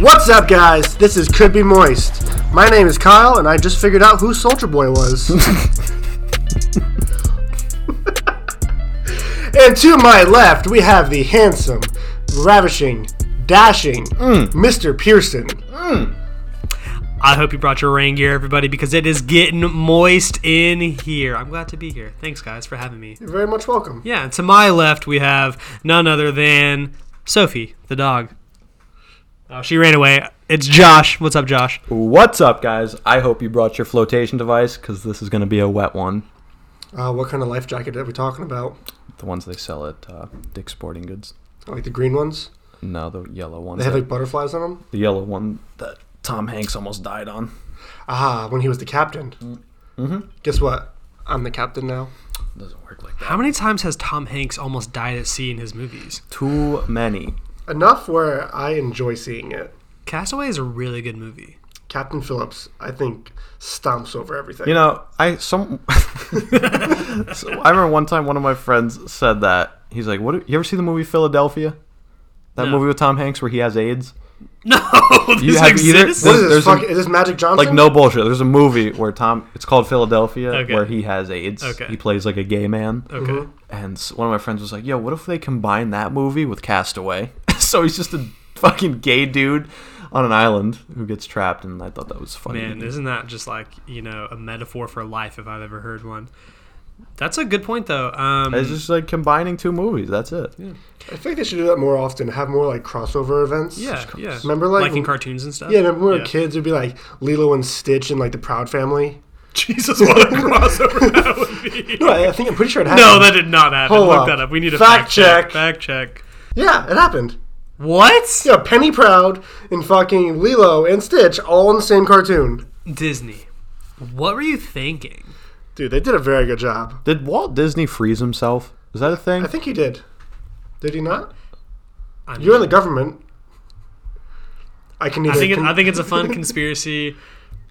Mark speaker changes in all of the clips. Speaker 1: What's up, guys? This is Could Be Moist. My name is Kyle, and I just figured out who Soldier Boy was. and to my left, we have the handsome, ravishing, dashing Mr. Pearson.
Speaker 2: I hope you brought your rain gear, everybody, because it is getting moist in here. I'm glad to be here. Thanks, guys, for having me.
Speaker 1: You're very much welcome.
Speaker 2: Yeah, and to my left, we have none other than Sophie, the dog. Oh, she ran away. It's Josh. What's up, Josh?
Speaker 3: What's up, guys? I hope you brought your flotation device because this is going to be a wet one.
Speaker 1: Uh, what kind of life jacket are we talking about? Oh,
Speaker 3: The ones they sell at uh, Dick's Sporting Goods.
Speaker 1: Like the green ones?
Speaker 3: No, the yellow ones.
Speaker 1: They have
Speaker 3: that-
Speaker 1: like butterflies on them?
Speaker 3: the yellow one that Tom Hanks almost died on.
Speaker 1: Ah, when he was the captain. Guess what? I'm the captain now.
Speaker 3: Doesn't work like that.
Speaker 2: How many times has Tom Hanks almost died at sea in his movies?
Speaker 3: Too many.
Speaker 1: Enough where I enjoy seeing it.
Speaker 2: Castaway is a really good movie.
Speaker 1: Captain Phillips, I think, stomps over everything.
Speaker 3: You know, I some. so, I remember one time one of my friends said that he's like, "What? You ever see the movie Philadelphia? That
Speaker 2: No.
Speaker 3: movie with Tom Hanks where he has AIDS?
Speaker 2: No, this
Speaker 3: You have either-
Speaker 2: exists?
Speaker 1: what is
Speaker 3: there's
Speaker 1: this?
Speaker 3: a-
Speaker 1: Fuck, is this Magic Johnson?
Speaker 3: Like no bullshit. There's a movie where Tom. It's called Philadelphia
Speaker 2: Okay.
Speaker 3: where he has AIDS.
Speaker 2: Okay.
Speaker 3: He plays like a gay man.
Speaker 2: Okay.
Speaker 3: And s- one of my friends was like, "Yo, what if they combine that movie with Castaway?" so he's just a fucking gay dude on an island who gets trapped, and I thought that was funny.
Speaker 2: Man, isn't that just like, you know, a metaphor for life if I've ever heard one? That's a good point, though. Um,
Speaker 3: it's just like combining two movies. That's it.
Speaker 1: I think they should do that more often. Have more like crossover events.
Speaker 2: yeah, yeah.
Speaker 1: Remember, like-
Speaker 2: in cartoons and stuff?
Speaker 1: Yeah, remember when we were kids, it'd be like Lilo and Stitch and like the Proud Family.
Speaker 2: Jesus, what a crossover that would be.
Speaker 1: No, I I think I'm pretty sure it happened.
Speaker 2: No, that did not happen.
Speaker 1: Hold
Speaker 2: Look
Speaker 1: up.
Speaker 2: that up. We need a
Speaker 1: Fact
Speaker 2: fact,
Speaker 1: check.
Speaker 2: check. Fact check.
Speaker 1: yeah, it happened.
Speaker 2: What?
Speaker 1: Yeah, Penny Proud and fucking Lilo and Stitch all in the same cartoon.
Speaker 2: Disney. What were you thinking?
Speaker 1: Dude, they did a very good job.
Speaker 3: Did Walt Disney freeze himself? Is that a thing?
Speaker 1: I think he did. Did he not?
Speaker 2: I mean,
Speaker 1: You're in the government. I can
Speaker 2: I
Speaker 1: either.
Speaker 2: think it,
Speaker 1: con-
Speaker 2: I think it's a fun conspiracy,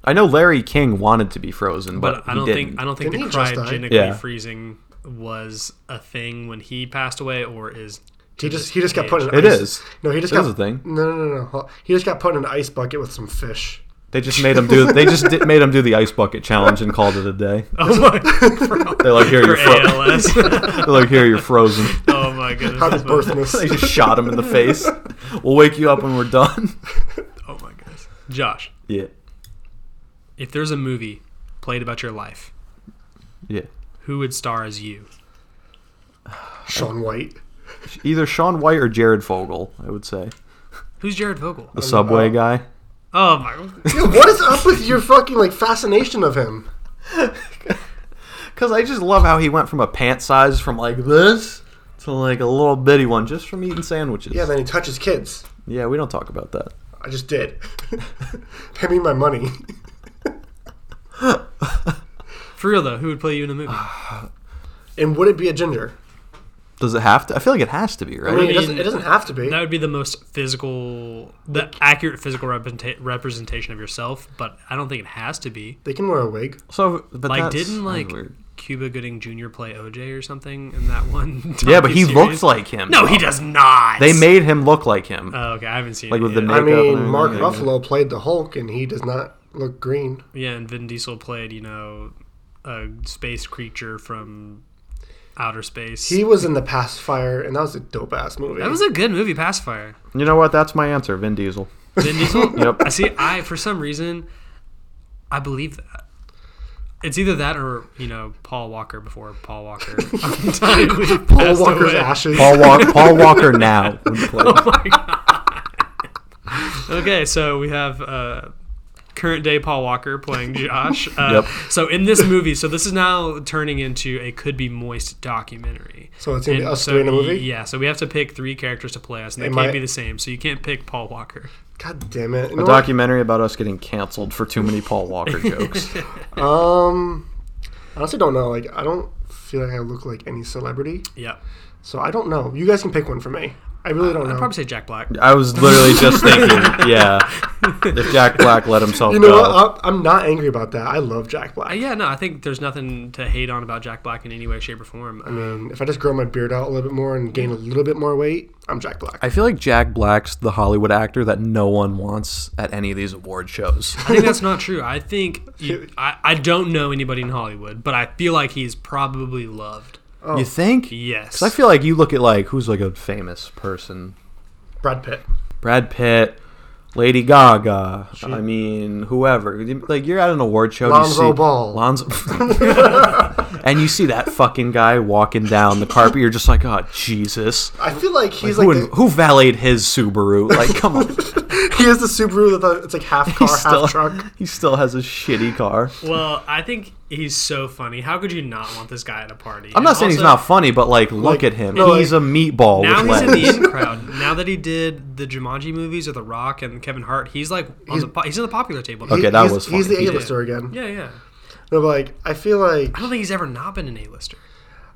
Speaker 3: I know Larry King wanted to be frozen, but,
Speaker 2: but I
Speaker 3: he
Speaker 2: don't
Speaker 3: didn't.
Speaker 2: think I don't think the
Speaker 1: Didn't he just die?
Speaker 2: cryogenically
Speaker 3: Yeah.
Speaker 2: freezing was a thing when he passed away, or is
Speaker 1: he just he just got put in.
Speaker 3: It
Speaker 1: ice.
Speaker 3: is.
Speaker 1: No, he just
Speaker 3: It
Speaker 1: got
Speaker 3: is a thing.
Speaker 1: No, no, no, no. Hold- He just got put in an ice bucket with some fish.
Speaker 3: They just made him do. They just did, made him do the ice bucket challenge and called it a day.
Speaker 2: Oh my!
Speaker 3: They're like, here
Speaker 2: for
Speaker 3: you're frozen.
Speaker 2: ALS.
Speaker 3: They're like, here you're frozen.
Speaker 2: oh my goodness!
Speaker 1: How
Speaker 2: that's
Speaker 1: did
Speaker 2: funny.
Speaker 3: They
Speaker 1: birthness?
Speaker 3: just shot him in the face. We'll wake you up when we're done.
Speaker 2: Oh my goodness, Josh.
Speaker 3: Yeah,
Speaker 2: If there's a movie played about your life,
Speaker 3: yeah.
Speaker 2: who would star as you?
Speaker 1: Sean White.
Speaker 3: Either Sean White or Jared Fogle, I would say.
Speaker 2: Who's Jared Vogel?
Speaker 3: The subway guy.
Speaker 2: Oh my!
Speaker 1: Dude, what is up with your fucking like fascination of him?
Speaker 3: Because I just love how he went from a pant size from like this to like a little bitty one just from eating sandwiches.
Speaker 1: Yeah, then he touches kids.
Speaker 3: yeah, we don't talk about that.
Speaker 1: I just did. Pay me my money.
Speaker 2: For real though, who would play you in a movie?
Speaker 1: And would it be a ginger?
Speaker 3: Does it have to? I feel like it has to be, right?
Speaker 1: I mean, it
Speaker 2: mean-
Speaker 1: doesn't. It doesn't have to be.
Speaker 2: That would be the most physical, the accurate physical representa- representation of yourself. But I don't think it has to be.
Speaker 1: They can wear a wig.
Speaker 3: So, but
Speaker 2: Like,
Speaker 3: that's-
Speaker 2: didn't
Speaker 3: that's
Speaker 2: like
Speaker 3: weird.
Speaker 2: Cuba Gooding Jr. play OJ or something in that one?
Speaker 3: Yeah, but he
Speaker 2: docu-series?
Speaker 3: looks like him.
Speaker 2: No, he does not.
Speaker 3: They made him look like him.
Speaker 2: Oh, okay, I haven't seen
Speaker 3: Like
Speaker 2: it
Speaker 3: with the
Speaker 2: yet.
Speaker 3: Makeup
Speaker 1: I mean,
Speaker 3: and
Speaker 1: Mark
Speaker 3: everything.
Speaker 1: Ruffalo played the Hulk, and he does not look green.
Speaker 2: yeah, and Vin Diesel played you know a space creature from outer space.
Speaker 1: He was in the Pacifier, and that was a dope ass movie.
Speaker 2: that was a good movie, Pacifier.
Speaker 3: you know what? That's my answer, Vin Diesel.
Speaker 2: Vin Diesel.
Speaker 3: Yep.
Speaker 2: I see. I for some reason, I believe that. It's either that or you know Paul Walker before Paul Walker. Paul
Speaker 1: Paul Walker's ashes.
Speaker 3: Paul, Walk- Paul Walker now. would play.
Speaker 2: Okay, so we have uh, current day Paul Walker playing Josh. Uh,
Speaker 3: Yep.
Speaker 2: So in this movie, so this is now turning into a could be moist documentary.
Speaker 1: So it's gonna be
Speaker 2: And
Speaker 1: us
Speaker 2: so
Speaker 1: doing a
Speaker 2: y-
Speaker 1: movie?
Speaker 2: Yeah, so we have to pick three characters to play us, and they
Speaker 1: Am
Speaker 2: can't
Speaker 1: I-
Speaker 2: be the same. So you can't pick Paul Walker.
Speaker 1: God damn it! You
Speaker 3: A
Speaker 1: know what?
Speaker 3: documentary about us getting canceled for too many Paul Walker jokes.
Speaker 1: Um, I honestly don't know. Like, I don't feel like I look like any celebrity,
Speaker 2: Yep.
Speaker 1: so I don't know. You guys can pick one for me. I really don't know.
Speaker 2: I'd probably say Jack Black.
Speaker 3: I was literally just thinking, yeah, if Jack Black let himself
Speaker 1: you know,
Speaker 3: go.
Speaker 1: what? I, I'm not angry about that. I love Jack Black.
Speaker 2: Uh, yeah, no, I think there's nothing to hate on about Jack Black in any way, shape, or form.
Speaker 1: I mean, if I just grow my beard out a little bit more and gain a little bit more weight, I'm Jack Black.
Speaker 3: I feel like Jack Black's the Hollywood actor that no one wants at any of these award shows.
Speaker 2: I think that's not true. I think you, I, I don't know anybody in Hollywood, but I feel like he's probably loved.
Speaker 3: You think?
Speaker 2: Yes.
Speaker 3: 'Cause I feel like you look at like who's like a famous person,
Speaker 1: Brad Pitt.
Speaker 3: Brad Pitt, Lady Gaga. I mean, whoever. Like you're at an award show, and
Speaker 1: Lonzo
Speaker 3: you see
Speaker 1: Ball.
Speaker 3: Lonzo, and you see that fucking guy walking down the carpet. You're just like, oh Jesus.
Speaker 1: I feel like he's
Speaker 3: who,
Speaker 1: like,
Speaker 3: in- who valeted his Subaru? Like, come on.
Speaker 1: the, he has the Subaru that the, it's like half
Speaker 3: He
Speaker 1: car, half
Speaker 3: still,
Speaker 1: truck.
Speaker 3: he still has a shitty car.
Speaker 2: Well, I think he's so funny. How could you not want this guy at a party?
Speaker 3: I'm not saying he's not funny, but like, look
Speaker 1: Like,
Speaker 3: at him.
Speaker 1: no,
Speaker 3: he's
Speaker 1: like-
Speaker 3: a meatball
Speaker 2: Now
Speaker 3: with
Speaker 2: he's in
Speaker 3: legs.
Speaker 2: the in crowd. Now that he did the Jumanji movies or The Rock and Kevin Hart, he's like on the po- he's in the popular table. now.
Speaker 3: Okay, that
Speaker 1: he's,
Speaker 3: was
Speaker 1: He's the
Speaker 3: funny.
Speaker 1: A-lister again.
Speaker 2: Yeah, yeah.
Speaker 1: No, but like, I feel like
Speaker 2: I don't think he's ever not been an A-lister.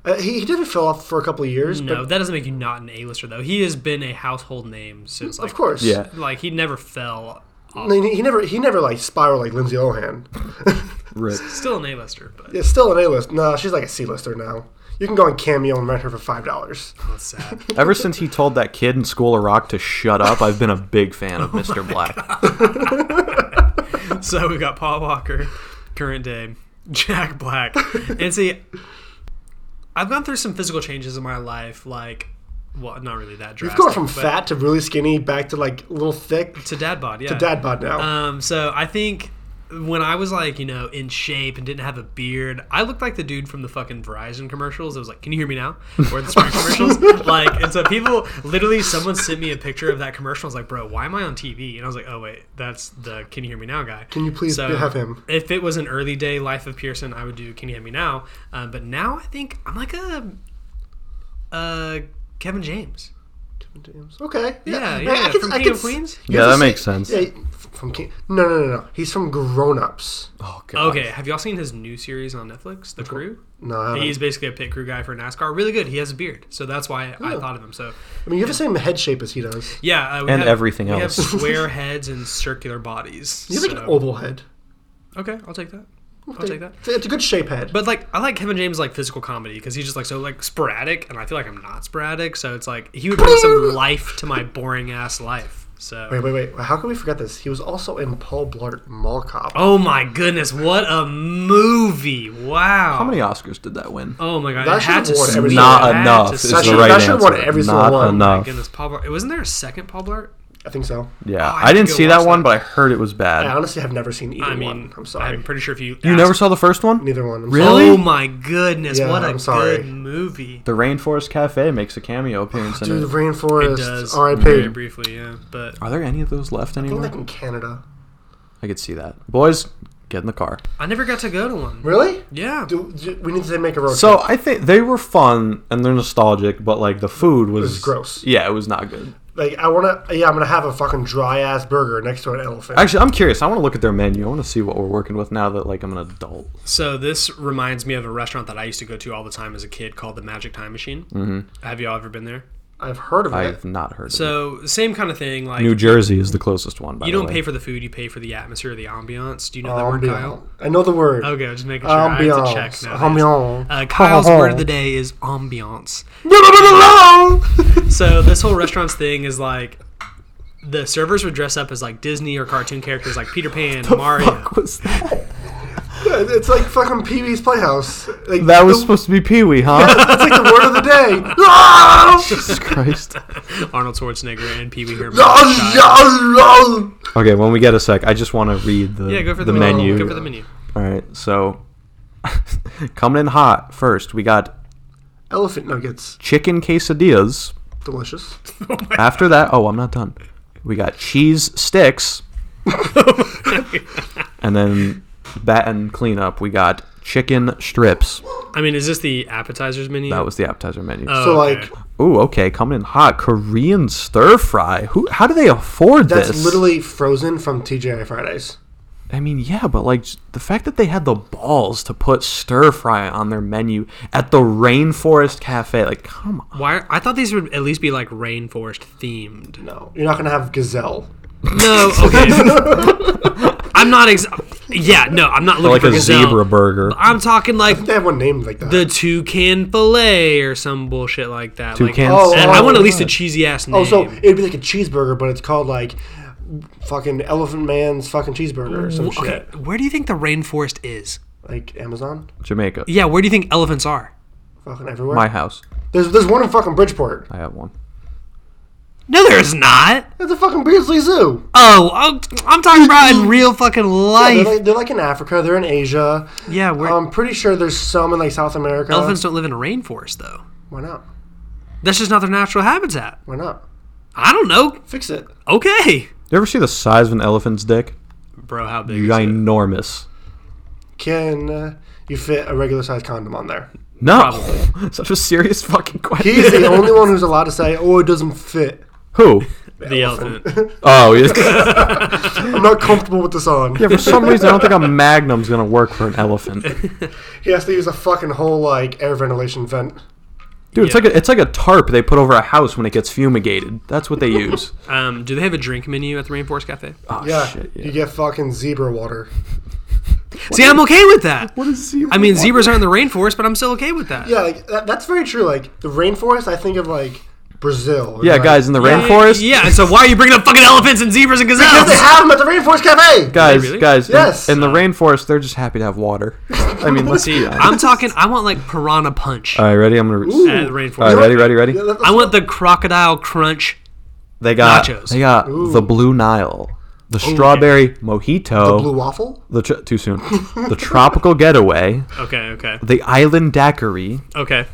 Speaker 1: uh, he, he didn't fill off for a couple of years,
Speaker 2: No, that doesn't make you not an A-lister though. He has been a household name since
Speaker 1: but
Speaker 2: like
Speaker 1: of course,
Speaker 3: Yeah.
Speaker 2: Like he never fell
Speaker 1: I
Speaker 2: off.
Speaker 1: mean, he never he never like spiraled like Lindsay Lohan.
Speaker 3: Rip.
Speaker 2: Still an A-lister, but
Speaker 1: It's still an A-list. No, she's like a C-lister now. You can go on Cameo and rent her for five dollars.
Speaker 2: that's sad.
Speaker 3: Ever since he told that kid in School of Rock to shut up, I've been a big fan of Mr. Black.
Speaker 2: so we got Paul Walker, current day, Jack Black. And see, I've gone through some physical changes in my life, like well, not really that drastic.
Speaker 1: You've gone from
Speaker 2: but
Speaker 1: fat to really skinny back to like a little thick
Speaker 2: to dad bod, yeah.
Speaker 1: to dad bod now.
Speaker 2: Um, so I think when I was like, you know, in shape and didn't have a beard, I looked like the dude from the fucking Verizon commercials. It was like, "Can you hear me now?" Or the Sprint commercials. Like, and so people literally, someone sent me a picture of that commercial. I was like, "Bro, why am I on TV?" And I was like, "Oh wait, that's the Can you hear me now guy."
Speaker 1: Can you please have him?
Speaker 2: If it was an early day life of Pearson, I would do Can you hear me now? Um, but now I think I'm like a, uh, Kevin James.
Speaker 1: James. Okay.
Speaker 2: Yeah, yeah,
Speaker 1: I- I
Speaker 2: yeah.
Speaker 1: can-
Speaker 2: from
Speaker 1: I
Speaker 2: King
Speaker 1: can
Speaker 2: of
Speaker 1: s-
Speaker 2: Queens.
Speaker 1: you
Speaker 3: Yeah,
Speaker 1: have
Speaker 3: that
Speaker 1: to
Speaker 3: makes
Speaker 1: see-
Speaker 3: sense.
Speaker 1: yeah, from King. No, no, no, no. He's from Grown Ups.
Speaker 3: Oh, God.
Speaker 2: Okay, have y'all seen his new series on Netflix, The Crew?
Speaker 1: No, I,
Speaker 3: Uh-huh.
Speaker 1: haven't.
Speaker 2: He's basically a pit crew guy for NASCAR. Really good. He has a beard, so that's why I thought of him. So
Speaker 1: I mean, you have the same head shape as he does.
Speaker 2: yeah, uh, we
Speaker 3: And
Speaker 2: have-
Speaker 3: everything
Speaker 2: we
Speaker 3: else.
Speaker 2: have square heads and circular bodies.
Speaker 1: You have like
Speaker 2: so-
Speaker 1: an oval head.
Speaker 2: okay, I'll take that. I'll take that.
Speaker 1: It's- It's a good shape head.
Speaker 2: But like, I like Kevin James like physical comedy because he's just like so like sporadic, and I feel like I'm not sporadic, so it's like he would bring some life to my boring ass life. So.
Speaker 1: wait, wait, wait. How can we forget this? He was also in Paul Blart Mall Cop.
Speaker 2: Oh my goodness! What a movie! Wow.
Speaker 3: How many Oscars did that win?
Speaker 2: Oh my god!
Speaker 1: That
Speaker 2: it had
Speaker 1: should
Speaker 2: to
Speaker 1: have won
Speaker 2: it
Speaker 1: every single
Speaker 3: Not
Speaker 1: one.
Speaker 2: had
Speaker 3: enough
Speaker 2: to
Speaker 3: is
Speaker 2: sell.
Speaker 1: That
Speaker 3: the
Speaker 1: should-
Speaker 3: right
Speaker 1: that
Speaker 3: answer.
Speaker 1: should have won every single
Speaker 3: Not
Speaker 1: one. Oh my
Speaker 3: enough.
Speaker 2: Goodness, Paul Blart. Wasn't there a second Paul Blart?
Speaker 1: I think so.
Speaker 3: Yeah,
Speaker 2: I
Speaker 3: I,
Speaker 2: have to
Speaker 3: didn't
Speaker 2: go
Speaker 3: see that
Speaker 2: watch
Speaker 3: one,
Speaker 2: that.
Speaker 3: but I heard it was bad.
Speaker 1: I honestly have never seen either
Speaker 2: I mean,
Speaker 1: one. I'm sorry.
Speaker 2: I'm pretty sure if you
Speaker 3: you never saw the first one?
Speaker 1: Neither one. I'm
Speaker 3: Really?
Speaker 2: Oh my goodness!
Speaker 1: Yeah,
Speaker 2: what a
Speaker 1: I'm sorry.
Speaker 2: good movie.
Speaker 3: The Rainforest Cafe makes a cameo appearance
Speaker 1: Sorry.
Speaker 3: in
Speaker 1: Oh, Dude,
Speaker 3: it.
Speaker 1: the
Speaker 2: It
Speaker 1: rainforest.
Speaker 2: does
Speaker 1: R.I.P.
Speaker 2: very briefly, yeah. But
Speaker 3: Are there any of those left
Speaker 1: I think
Speaker 3: anymore?
Speaker 1: like in Canada.
Speaker 3: I could see that. Boys, get in the car.
Speaker 2: I never got to go to one.
Speaker 1: Really?
Speaker 2: Yeah.
Speaker 1: Do, do- we need to make a road
Speaker 3: So
Speaker 1: trip.
Speaker 3: I think they were fun and they're nostalgic, but like the food was,
Speaker 1: was gross.
Speaker 3: Yeah, it was not good.
Speaker 1: Like I wanna, yeah, I'm gonna have a fucking dry ass burger next to an elephant.
Speaker 3: Actually, I'm curious. I want to look at their menu. I want to see what we're working with now that like I'm an adult.
Speaker 2: So this reminds me of a restaurant that I used to go to all the time as a kid called the Magic Time Machine. Mm-hmm. Have y'all ever been there?
Speaker 1: I've heard of it.
Speaker 3: I've not heard of
Speaker 2: So same kind of thing. Like
Speaker 3: it. New Jersey is the closest one. By
Speaker 2: you
Speaker 3: the
Speaker 2: don't
Speaker 3: way.
Speaker 2: pay for the food, you pay for the atmosphere, the ambiance. Do you know that word, Kyle?
Speaker 1: Ambiance. I know the word.
Speaker 2: Okay, just making sure. I have to check
Speaker 1: Ambiance.
Speaker 2: now.
Speaker 1: Ambiance.
Speaker 2: Uh, Kyle's word of the day is ambiance. So this whole restaurant's thing is like the servers would dress up as like Disney or cartoon characters like Peter Pan, Mario.
Speaker 3: Fuck was that?
Speaker 1: It's like fucking Pee Wee's Playhouse. Like,
Speaker 3: That was
Speaker 1: the,
Speaker 3: supposed to be Pee Wee, huh?
Speaker 1: it's like the word of the day.
Speaker 3: Jesus Christ.
Speaker 2: Arnold Schwarzenegger and Pee Wee Herman.
Speaker 1: Oh,
Speaker 3: Okay, when we get a sec, I just want to read the
Speaker 2: Yeah, go for the, menu.
Speaker 3: menu.
Speaker 2: Go for the menu.
Speaker 3: All right, so coming in hot first, we got
Speaker 1: Elephant nuggets,
Speaker 3: chicken quesadillas.
Speaker 1: delicious.
Speaker 3: After that, oh, I'm not done. We got cheese sticks, and then bat and cleanup. We got chicken strips.
Speaker 2: I mean, is this the appetizers menu?
Speaker 3: That was the appetizer menu.
Speaker 2: Oh,
Speaker 1: So
Speaker 2: okay.
Speaker 1: like,
Speaker 3: Ooh, okay, coming in hot. Korean stir fry. Who? How do they afford
Speaker 1: that's
Speaker 3: this?
Speaker 1: literally frozen from TGI Fridays.
Speaker 3: I mean, yeah, but like j- the fact that they had the balls to put stir fry on their menu at the Rainforest Cafe, like, come on.
Speaker 2: Why? I thought these would at least be like rainforest themed.
Speaker 1: No, you're not gonna have gazelle.
Speaker 2: No, okay. I'm not. Ex- yeah, no, I'm not looking
Speaker 3: Like
Speaker 2: for
Speaker 3: a
Speaker 2: gazelle.
Speaker 3: zebra burger.
Speaker 2: I'm talking like
Speaker 1: They have one named like that.
Speaker 2: the toucan fillet or some bullshit like that.
Speaker 3: Toucan
Speaker 2: Like,
Speaker 1: Oh,
Speaker 2: and I
Speaker 1: oh,
Speaker 2: want at
Speaker 1: oh,
Speaker 2: least a cheesy ass name.
Speaker 1: oh, so it'd be like a cheeseburger, but it's called like fucking Elephant Man's fucking cheeseburger or some
Speaker 2: Wh- okay,
Speaker 1: shit.
Speaker 2: where do you think the rainforest is?
Speaker 1: Like Amazon,
Speaker 3: Jamaica.
Speaker 2: Yeah, where do you think elephants are?
Speaker 1: fucking everywhere.
Speaker 3: My house.
Speaker 1: There's there's one in fucking Bridgeport.
Speaker 3: I have one.
Speaker 2: No, there's not.
Speaker 1: That's a fucking Beardsley Zoo.
Speaker 2: Oh, I'm, I'm talking about in real fucking
Speaker 1: They're
Speaker 2: life.
Speaker 1: like, they're like in Africa. They're in Asia.
Speaker 2: yeah, where
Speaker 1: I'm pretty sure there's some in like South America.
Speaker 2: elephants don't live in a rainforest though.
Speaker 1: Why not?
Speaker 2: That's just not their natural habitat.
Speaker 1: Why not?
Speaker 2: I don't know.
Speaker 1: Fix it.
Speaker 2: Okay,
Speaker 3: You ever see the size of an elephant's dick?
Speaker 2: bro, how big? Is it?
Speaker 3: Ginormous.
Speaker 1: Can uh, you fit a regular sized condom on there?
Speaker 3: No. Such a serious fucking question.
Speaker 1: He's the only one who's allowed to say, "Oh, it doesn't fit."
Speaker 3: Who?
Speaker 2: The elephant.
Speaker 3: Oh, yeah.
Speaker 1: I'm not comfortable with this on.
Speaker 3: yeah. For some reason, I don't think a magnum's gonna work for an elephant.
Speaker 1: He has to use a fucking whole like air ventilation vent.
Speaker 3: Dude, it's like a, it's like a tarp they put over a house when it gets fumigated. That's what they use.
Speaker 2: Um, do they have a drink menu at the Rainforest Cafe?
Speaker 3: Oh
Speaker 1: Yeah,
Speaker 3: shit!
Speaker 1: you
Speaker 3: Yeah.
Speaker 1: get fucking zebra water.
Speaker 2: See, I'm okay with that.
Speaker 3: What is zebra?
Speaker 2: I mean, zebras aren't in the rainforest, but I'm still okay with that.
Speaker 1: Yeah, like that, that's very true. Like the rainforest, I think of like Brazil.
Speaker 3: Yeah,
Speaker 1: Like,
Speaker 3: guys in the rainforest.
Speaker 2: Yeah, so why are you bringing up fucking elephants and zebras and
Speaker 1: Because they
Speaker 2: gazelles?
Speaker 1: have them at the rainforest cafe.
Speaker 3: Guys,
Speaker 2: really?
Speaker 3: guys, in-
Speaker 1: Yes.
Speaker 3: in, the rainforest, they're just happy to have water. I mean, let's
Speaker 2: See,
Speaker 3: be honest.
Speaker 2: I'm talking. I want like piranha punch
Speaker 3: All right, ready? I'm gonna.
Speaker 1: Ooh. Uh,
Speaker 2: at the
Speaker 3: All
Speaker 2: rainforest.
Speaker 3: right, ready, ready, ready.
Speaker 1: Yeah, that-
Speaker 2: I want the crocodile crunch.
Speaker 3: They got
Speaker 2: Nachos.
Speaker 3: they got the Blue Nile, the strawberry mojito,
Speaker 1: blue waffle.
Speaker 3: the tr- too soon, the tropical getaway,
Speaker 2: Okay, okay,
Speaker 3: the island daiquiri,
Speaker 2: okay.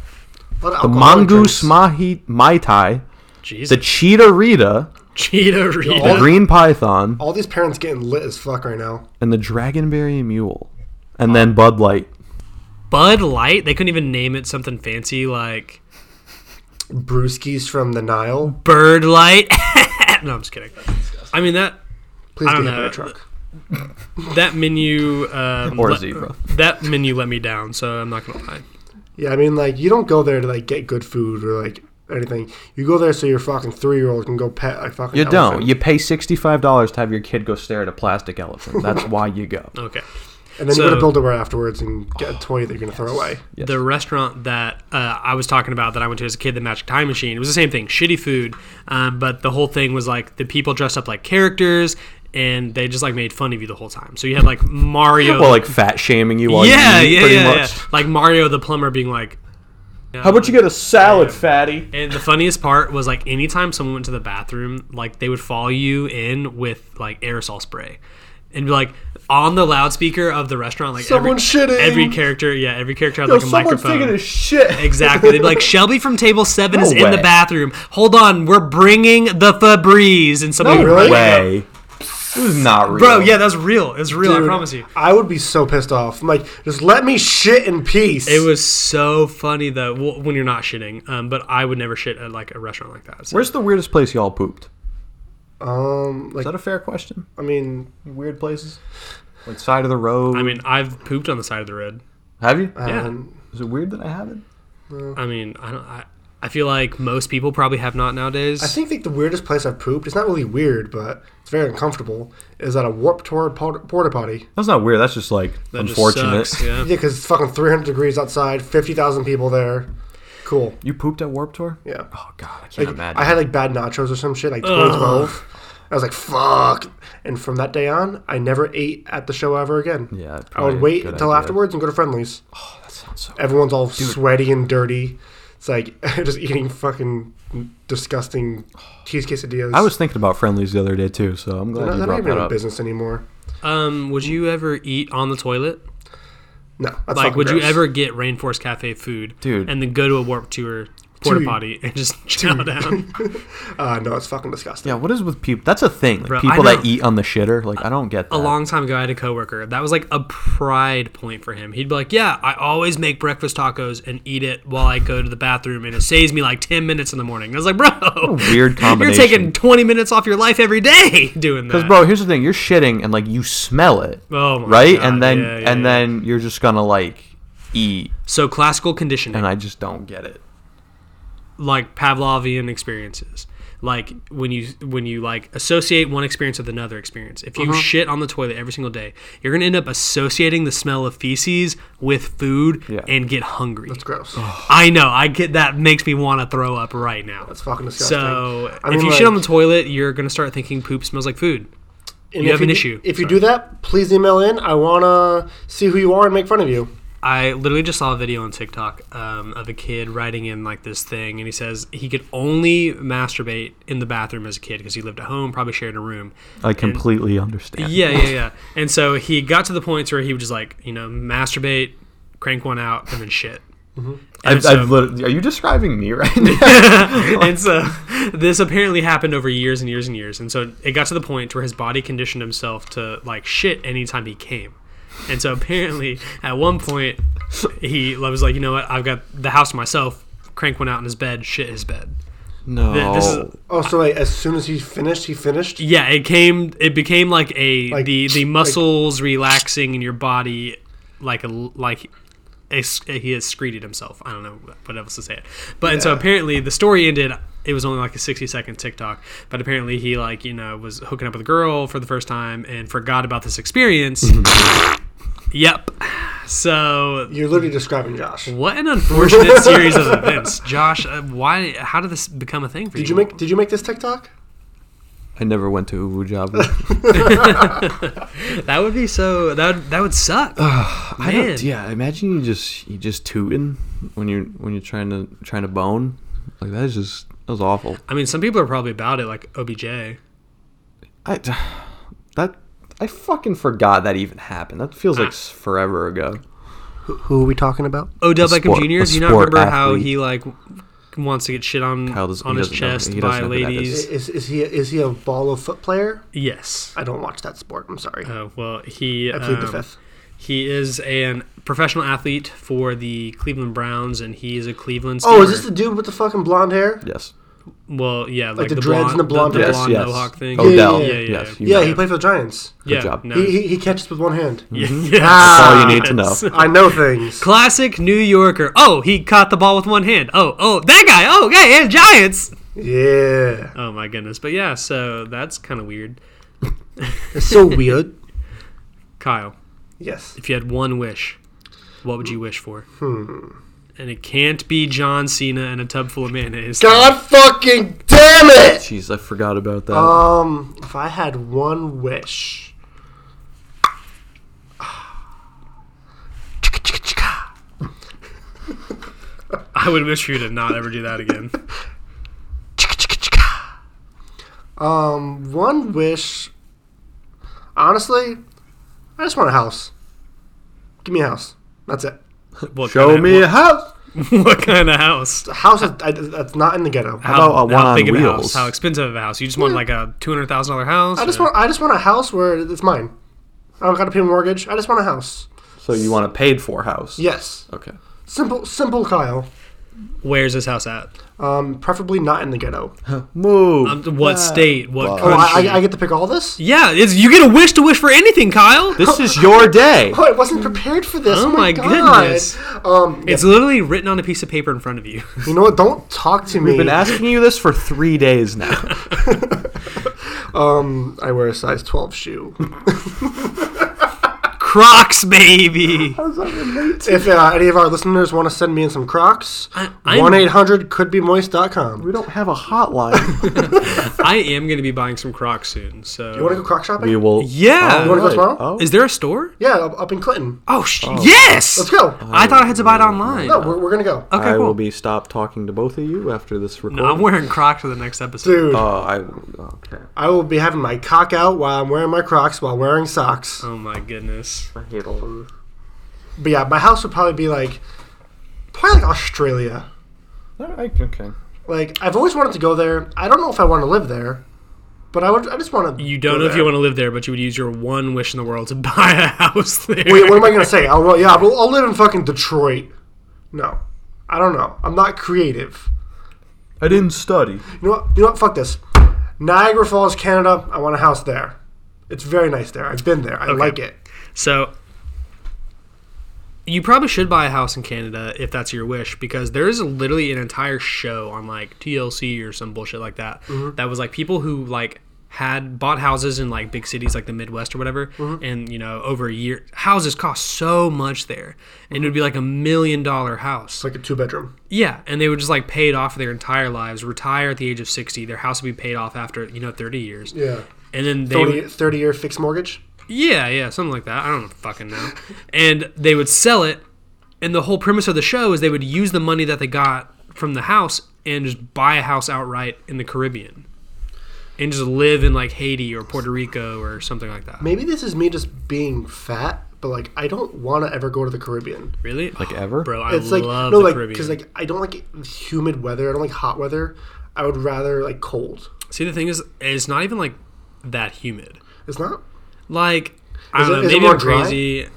Speaker 1: A lot of
Speaker 3: the
Speaker 1: alcoholic
Speaker 3: mongoose
Speaker 1: drinks.
Speaker 3: mahi mai tai,
Speaker 2: Jesus,
Speaker 3: the cheetah rita,
Speaker 2: cheetah
Speaker 3: the
Speaker 2: Rita.
Speaker 1: all-
Speaker 3: green python,
Speaker 1: All these parents getting lit as fuck right now.
Speaker 3: and the dragonberry mule, and then Bud Light.
Speaker 2: Bud Light. They couldn't even name it something fancy like
Speaker 1: Brewskis from the Nile.
Speaker 2: Bird Light. no, I'm just kidding. I mean that
Speaker 1: Please
Speaker 2: I
Speaker 1: get
Speaker 2: don't
Speaker 1: hit by
Speaker 2: know.
Speaker 1: a truck.
Speaker 2: that menu um,
Speaker 3: Or a
Speaker 2: let-
Speaker 3: zebra.
Speaker 2: That menu let me down, so I'm not gonna lie.
Speaker 1: Yeah, I mean, like you don't go there to like get good food or like anything. You go there so your fucking three year old can go pet a fucking.
Speaker 3: You
Speaker 1: elephant.
Speaker 3: don't. You pay sixty-five dollars to have your kid go stare at a plastic elephant. That's why you go.
Speaker 2: Okay.
Speaker 1: and then
Speaker 2: so-
Speaker 1: you go to Build a Bear afterwards and get a toy that you're gonna throw away.
Speaker 3: Yes.
Speaker 2: the restaurant that uh, I was talking about that I went to as a kid, the Magic Time Machine. It was the same thing, shitty food, um, but the whole thing was like the people dressed up like characters, and they just like made fun of you the whole time. So you had like Mario,
Speaker 3: Well, like fat shaming you while
Speaker 2: yeah,
Speaker 3: you eat,
Speaker 2: yeah,
Speaker 3: pretty
Speaker 2: yeah,
Speaker 3: much.
Speaker 2: yeah. like Mario the plumber being like.
Speaker 3: How about you get a salad, fatty?
Speaker 2: And the funniest part was like anytime someone went to the bathroom, like they would follow you in with like aerosol spray, and be like on the loudspeaker of the restaurant, like
Speaker 1: Someone
Speaker 2: every,
Speaker 1: shitting.
Speaker 2: every character, yeah, every character had
Speaker 3: Yo,
Speaker 2: like a microphone.
Speaker 3: shit.
Speaker 2: Exactly. They'd be like, Shelby from table seven
Speaker 3: No
Speaker 2: is in the
Speaker 3: way.
Speaker 2: bathroom. Hold on, we're bringing the Febreze. And somebody
Speaker 1: No
Speaker 2: would
Speaker 1: really?
Speaker 2: wake up.
Speaker 3: Way. It was not real.
Speaker 2: Bro, yeah, that's real. It's real, I
Speaker 1: Dude,
Speaker 2: promise you.
Speaker 1: I would be so pissed off. I'm like, just let me shit in peace.
Speaker 2: It was so funny, though, w- when you're not shitting. Um, but I would never shit at like a restaurant like that. So.
Speaker 3: Where's the weirdest place y'all pooped? Is
Speaker 1: um, like
Speaker 3: that a fair question?
Speaker 1: I mean,
Speaker 3: Weird places? Like side of the road.
Speaker 2: I mean, I've pooped on the side of the road.
Speaker 3: have you?
Speaker 2: Yeah.
Speaker 1: um,
Speaker 3: Is it weird that I haven't?
Speaker 2: I mean, I don't. I, I feel like most people probably have not nowadays.
Speaker 1: I think like the weirdest place I've pooped. It's not really weird, but it's very uncomfortable. Is at a warp tour porta potty.
Speaker 3: That's not weird. That's just like
Speaker 2: That just
Speaker 3: unfortunate.
Speaker 2: sucks, yeah.
Speaker 1: Yeah, because it's fucking 300 degrees outside, 50,000 people there. Cool.
Speaker 3: You pooped at Warp Tour?
Speaker 1: Yeah.
Speaker 3: Oh god, I can't
Speaker 1: Like,
Speaker 3: imagine.
Speaker 1: I had like bad nachos or some shit, like 2012. I was like, fuck. And from that day on, I never ate at the show ever again.
Speaker 3: Yeah,
Speaker 1: I
Speaker 3: probably a
Speaker 1: would wait
Speaker 3: good
Speaker 1: until
Speaker 3: idea.
Speaker 1: afterwards and go to Friendly's.
Speaker 3: that sounds so
Speaker 1: Everyone's all sweaty and dirty. It's like just eating fucking disgusting cheese quesadillas.
Speaker 3: I was thinking about friendlies the other day too, so I'm glad
Speaker 1: not,
Speaker 3: you
Speaker 1: not
Speaker 3: brought
Speaker 1: even
Speaker 3: that
Speaker 1: in
Speaker 3: up.
Speaker 1: business anymore.
Speaker 2: um, would you ever eat on the toilet?
Speaker 1: No,
Speaker 2: Like,
Speaker 1: that's fucking
Speaker 2: would you
Speaker 1: gross.
Speaker 2: ever get Rainforest Cafe food
Speaker 3: Dude.
Speaker 2: and then go to a Warp Tour porta
Speaker 1: Two-
Speaker 2: potty and just chow down.
Speaker 1: Uh, no, it's fucking disgusting.
Speaker 3: Yeah, what is with people? That's a thing. Like
Speaker 2: Bro, I
Speaker 3: people that
Speaker 2: know.
Speaker 3: eat on the shitter. Like I don't get that.
Speaker 2: a long time ago, I had a coworker that was like a pride point for him. He'd be like, "Yeah, I always make breakfast tacos and eat it while I go to the bathroom, and it saves me like ten minutes in the morning." And I was like, "Bro,
Speaker 3: weird
Speaker 2: You're
Speaker 3: combination.
Speaker 2: taking twenty minutes off your life every day doing that."
Speaker 3: Because bro, here's the thing: you're shitting and like you smell it,
Speaker 2: oh my
Speaker 3: right?
Speaker 2: God,
Speaker 3: and then
Speaker 2: yeah, yeah,
Speaker 3: and
Speaker 2: yeah.
Speaker 3: then you're just gonna like eat,
Speaker 2: so classical conditioning,
Speaker 3: and I just don't get it.
Speaker 2: like Pavlovian experiences. Like when you when you like associate one experience with another experience. If
Speaker 3: Uh-huh.
Speaker 2: you shit on the toilet every single day, you're gonna end up associating the smell of feces with food
Speaker 3: Yeah.
Speaker 2: and get hungry.
Speaker 1: It's gross.
Speaker 2: I know. I get that makes me want to throw up right now.
Speaker 1: It's fucking disgusting.
Speaker 2: so
Speaker 1: I
Speaker 2: if
Speaker 1: mean,
Speaker 2: you shit on the
Speaker 1: like-
Speaker 2: toilet, you're gonna start thinking poop smells like food.
Speaker 1: And
Speaker 2: you
Speaker 1: if
Speaker 2: have an
Speaker 1: do-
Speaker 2: issue.
Speaker 1: If you do that, please email in. I wanna see who you are and make fun of you.
Speaker 2: I literally just saw a video on TikTok um, of a kid writing in like this thing, and he says he could only masturbate in the bathroom as a kid because he lived at home, probably shared a room.
Speaker 3: I completely understand.
Speaker 2: Yeah, yeah, yeah. And so he got to the points where he would just like you know masturbate, crank one out, and then shit. And
Speaker 1: Mm-hmm.
Speaker 3: I've,
Speaker 2: so-
Speaker 3: I've lit- are you describing me right now?
Speaker 2: and so this apparently happened over years and years and years. And so it got to the point where his body conditioned himself to like shit anytime he came. And so apparently at one point he was like, you know what, I've got the house to myself. Crank went out in his bed, shit his bed.
Speaker 3: no.
Speaker 2: Th- This is,
Speaker 1: Oh, so like as soon as he finished, he finished.
Speaker 2: yeah, it came it became like a
Speaker 1: Like,
Speaker 2: the the
Speaker 1: like-
Speaker 2: muscles relaxing in your body like a like es- he excreted himself. I don't know what else to say it. But and so apparently the story ended. It was only like a sixty second TikTok, but apparently he like you know was hooking up with a girl for the first time and forgot about this experience. yep. So
Speaker 1: You're literally describing Josh.
Speaker 2: what an unfortunate series of events, Josh. Uh, why? How did this become a thing for you?
Speaker 1: Did you make Did you make this TikTok?
Speaker 3: I never went to Uvu Java.
Speaker 2: that? Would be so that would, that would suck.
Speaker 3: I
Speaker 2: Man.
Speaker 3: don't, yeah, imagine you just you just tooting when you're when you're trying to trying to bone. Like that is just that was awful.
Speaker 2: I mean, some people are probably about it, like OBJ.
Speaker 3: I that I fucking forgot that even happened. That feels like s- forever ago.
Speaker 1: Who are we talking about?
Speaker 2: Odell
Speaker 3: A
Speaker 2: Beckham
Speaker 3: sport-
Speaker 2: Jr.
Speaker 3: a
Speaker 2: Do you not
Speaker 3: sport
Speaker 2: remember how
Speaker 3: athlete.
Speaker 2: he like w- wants to get shit on
Speaker 3: Kyle does-
Speaker 2: on
Speaker 3: he
Speaker 2: his
Speaker 3: doesn't know-
Speaker 2: chest
Speaker 3: he
Speaker 2: by
Speaker 3: doesn't know who that
Speaker 2: ladies?
Speaker 3: is.
Speaker 1: Is, is he Is he a ball of foot player?
Speaker 2: Yes.
Speaker 1: I don't watch that sport. I'm sorry.
Speaker 2: Oh well, he
Speaker 1: I plead the
Speaker 2: um,
Speaker 1: fifth.
Speaker 2: he is an professional athlete for the Cleveland Browns, and he is a Cleveland.
Speaker 1: Oh, is this the
Speaker 2: Steamer.
Speaker 1: dude with the fucking blonde hair?
Speaker 3: Yes.
Speaker 2: well, yeah, like,
Speaker 1: the dreads and the blonde
Speaker 2: the,
Speaker 1: hair?
Speaker 2: blonde
Speaker 3: Yes, yes.
Speaker 2: mohawk thing?
Speaker 3: Odell,
Speaker 2: yeah, yeah,
Speaker 3: yes,
Speaker 2: yeah.
Speaker 3: you
Speaker 1: Yeah,
Speaker 3: know.
Speaker 1: he played for the Giants.
Speaker 2: yeah,
Speaker 3: job. Mm-hmm.
Speaker 2: No,
Speaker 1: He, he, he catches with one hand.
Speaker 2: yeah,
Speaker 1: That's
Speaker 3: all you need to know.
Speaker 2: yes.
Speaker 1: I know things.
Speaker 2: Classic New Yorker. Oh, he caught the ball with one hand. Oh, oh, that guy. Oh, yeah, yeah, Giants.
Speaker 1: Yeah,
Speaker 2: Oh my goodness. But yeah, so that's kind of weird.
Speaker 1: it's so weird.
Speaker 2: Kyle,
Speaker 1: Yes.
Speaker 2: if you had one wish, what would you wish for? Hmm. And it can't be John Cena and a tub full of mayonnaise.
Speaker 1: God fucking damn it!
Speaker 3: Jeez, I forgot about that.
Speaker 1: Um, if I had one wish.
Speaker 2: I would wish for you to not ever do that again.
Speaker 1: Um, one wish. Honestly, I just want a house. Give me a house. That's it.
Speaker 2: What
Speaker 3: Show
Speaker 2: kinda-
Speaker 3: me a house.
Speaker 2: What, what kind of house?
Speaker 1: A house is- I- that's not in the ghetto.
Speaker 3: about a one on
Speaker 2: big of a
Speaker 3: wheels?
Speaker 2: house? How expensive of a house? You just want like a two hundred thousand dollar house?
Speaker 1: I just
Speaker 2: or-
Speaker 1: want. I just want a house where it's mine. I don't got to pay a mortgage. I just want a house.
Speaker 3: So you want a paid for house?
Speaker 1: Yes.
Speaker 3: Okay.
Speaker 1: Simple. Simple, Kyle.
Speaker 2: Where's this house at?
Speaker 1: Um, preferably not in the ghetto.
Speaker 3: Move.
Speaker 2: Um, what state? What
Speaker 3: Wow.
Speaker 1: Oh, I,
Speaker 2: country?
Speaker 1: I, I get to pick all this.
Speaker 2: yeah, it's, you get a wish to wish for anything, Kyle.
Speaker 3: this is your day.
Speaker 1: Oh, I wasn't prepared for this.
Speaker 2: Oh
Speaker 1: Oh,
Speaker 2: my
Speaker 1: my, God.
Speaker 2: goodness.
Speaker 1: Um,
Speaker 2: It's literally written on a piece of paper in front of you.
Speaker 1: you know what? Don't talk to me.
Speaker 3: I've been asking you this for three days now.
Speaker 1: um, I wear a size twelve shoe.
Speaker 2: Crocs, baby.
Speaker 1: If uh, any of our listeners want to send me in some Crocs,
Speaker 2: I- I'm-
Speaker 1: one eight hundred could be moist.com.
Speaker 3: we don't have a hotline.
Speaker 2: I am going to be buying some Crocs soon. So
Speaker 1: You want to go Croc shopping?
Speaker 3: we will.
Speaker 2: Yeah.
Speaker 1: You wanna go tomorrow?
Speaker 3: Oh.
Speaker 2: Is there a store?
Speaker 1: Yeah, up up in Clinton.
Speaker 2: Oh, sh- yes.
Speaker 1: Let's go.
Speaker 2: I thought I had to buy it online.
Speaker 1: No, we're, we're gonna go.
Speaker 2: Okay,
Speaker 3: I
Speaker 2: cool.
Speaker 3: will be stopped talking to both of you after this recording.
Speaker 2: No, I'm wearing Crocs for the next episode.
Speaker 1: Dude,
Speaker 3: Oh, I okay.
Speaker 1: I will be having my cock out while I'm wearing my Crocs while wearing socks.
Speaker 2: Oh my goodness.
Speaker 3: I hate all of this.
Speaker 1: But yeah, my house would probably be like, probably like Australia.
Speaker 3: I, okay.
Speaker 1: Like I've always wanted to go there. I don't know if I want to live there, but I would. I just want to.
Speaker 2: You don't know if you want to live there, but you would use your one wish in the world to buy a house there.
Speaker 1: Wait, what am I gonna say? I'll well, yeah, I'll, I'll live in fucking Detroit. No, I don't know. I'm not creative.
Speaker 3: I didn't study.
Speaker 1: You know what? You know what? Fuck this. Niagara Falls, Canada. I want a house there. It's very nice there. I've been there. I like it.
Speaker 2: So you probably should buy a house in Canada if that's your wish because there is literally an entire show on like TLC or some bullshit like that
Speaker 1: Mm-hmm.
Speaker 2: that was like people who like had bought houses in like big cities like the Midwest or whatever
Speaker 1: Mm-hmm.
Speaker 2: and you know over a year houses cost so much there and it would be like a million dollar house
Speaker 1: It's like a two bedroom.
Speaker 2: yeah, and they would just like pay it off for their entire lives, retire at the age of sixty. Their house would be paid off after you know thirty years.
Speaker 1: Yeah.
Speaker 2: and then they
Speaker 1: 30,
Speaker 2: would,
Speaker 1: 30 year fixed mortgage.
Speaker 2: yeah yeah something like that. I don't fucking know. and they would sell it, and the whole premise of the show is they would use the money that they got from the house and just buy a house outright in the Caribbean, and just live in like Haiti or Puerto Rico or something like that.
Speaker 1: Maybe this is me just being fat, but like I don't want to ever go to the Caribbean.
Speaker 2: Really? Like
Speaker 3: ever?
Speaker 2: bro? I
Speaker 1: It's like
Speaker 2: love
Speaker 1: no,
Speaker 2: the
Speaker 1: like
Speaker 2: Caribbean.
Speaker 1: because like I don't like humid weather. I don't like hot weather. I would rather like cold.
Speaker 2: See, the thing is, it's not even like that humid.
Speaker 1: It's not.
Speaker 2: Like, I
Speaker 1: Is
Speaker 2: don't
Speaker 1: it-
Speaker 2: know,
Speaker 1: is it
Speaker 2: maybe
Speaker 1: more
Speaker 2: I'm crazy.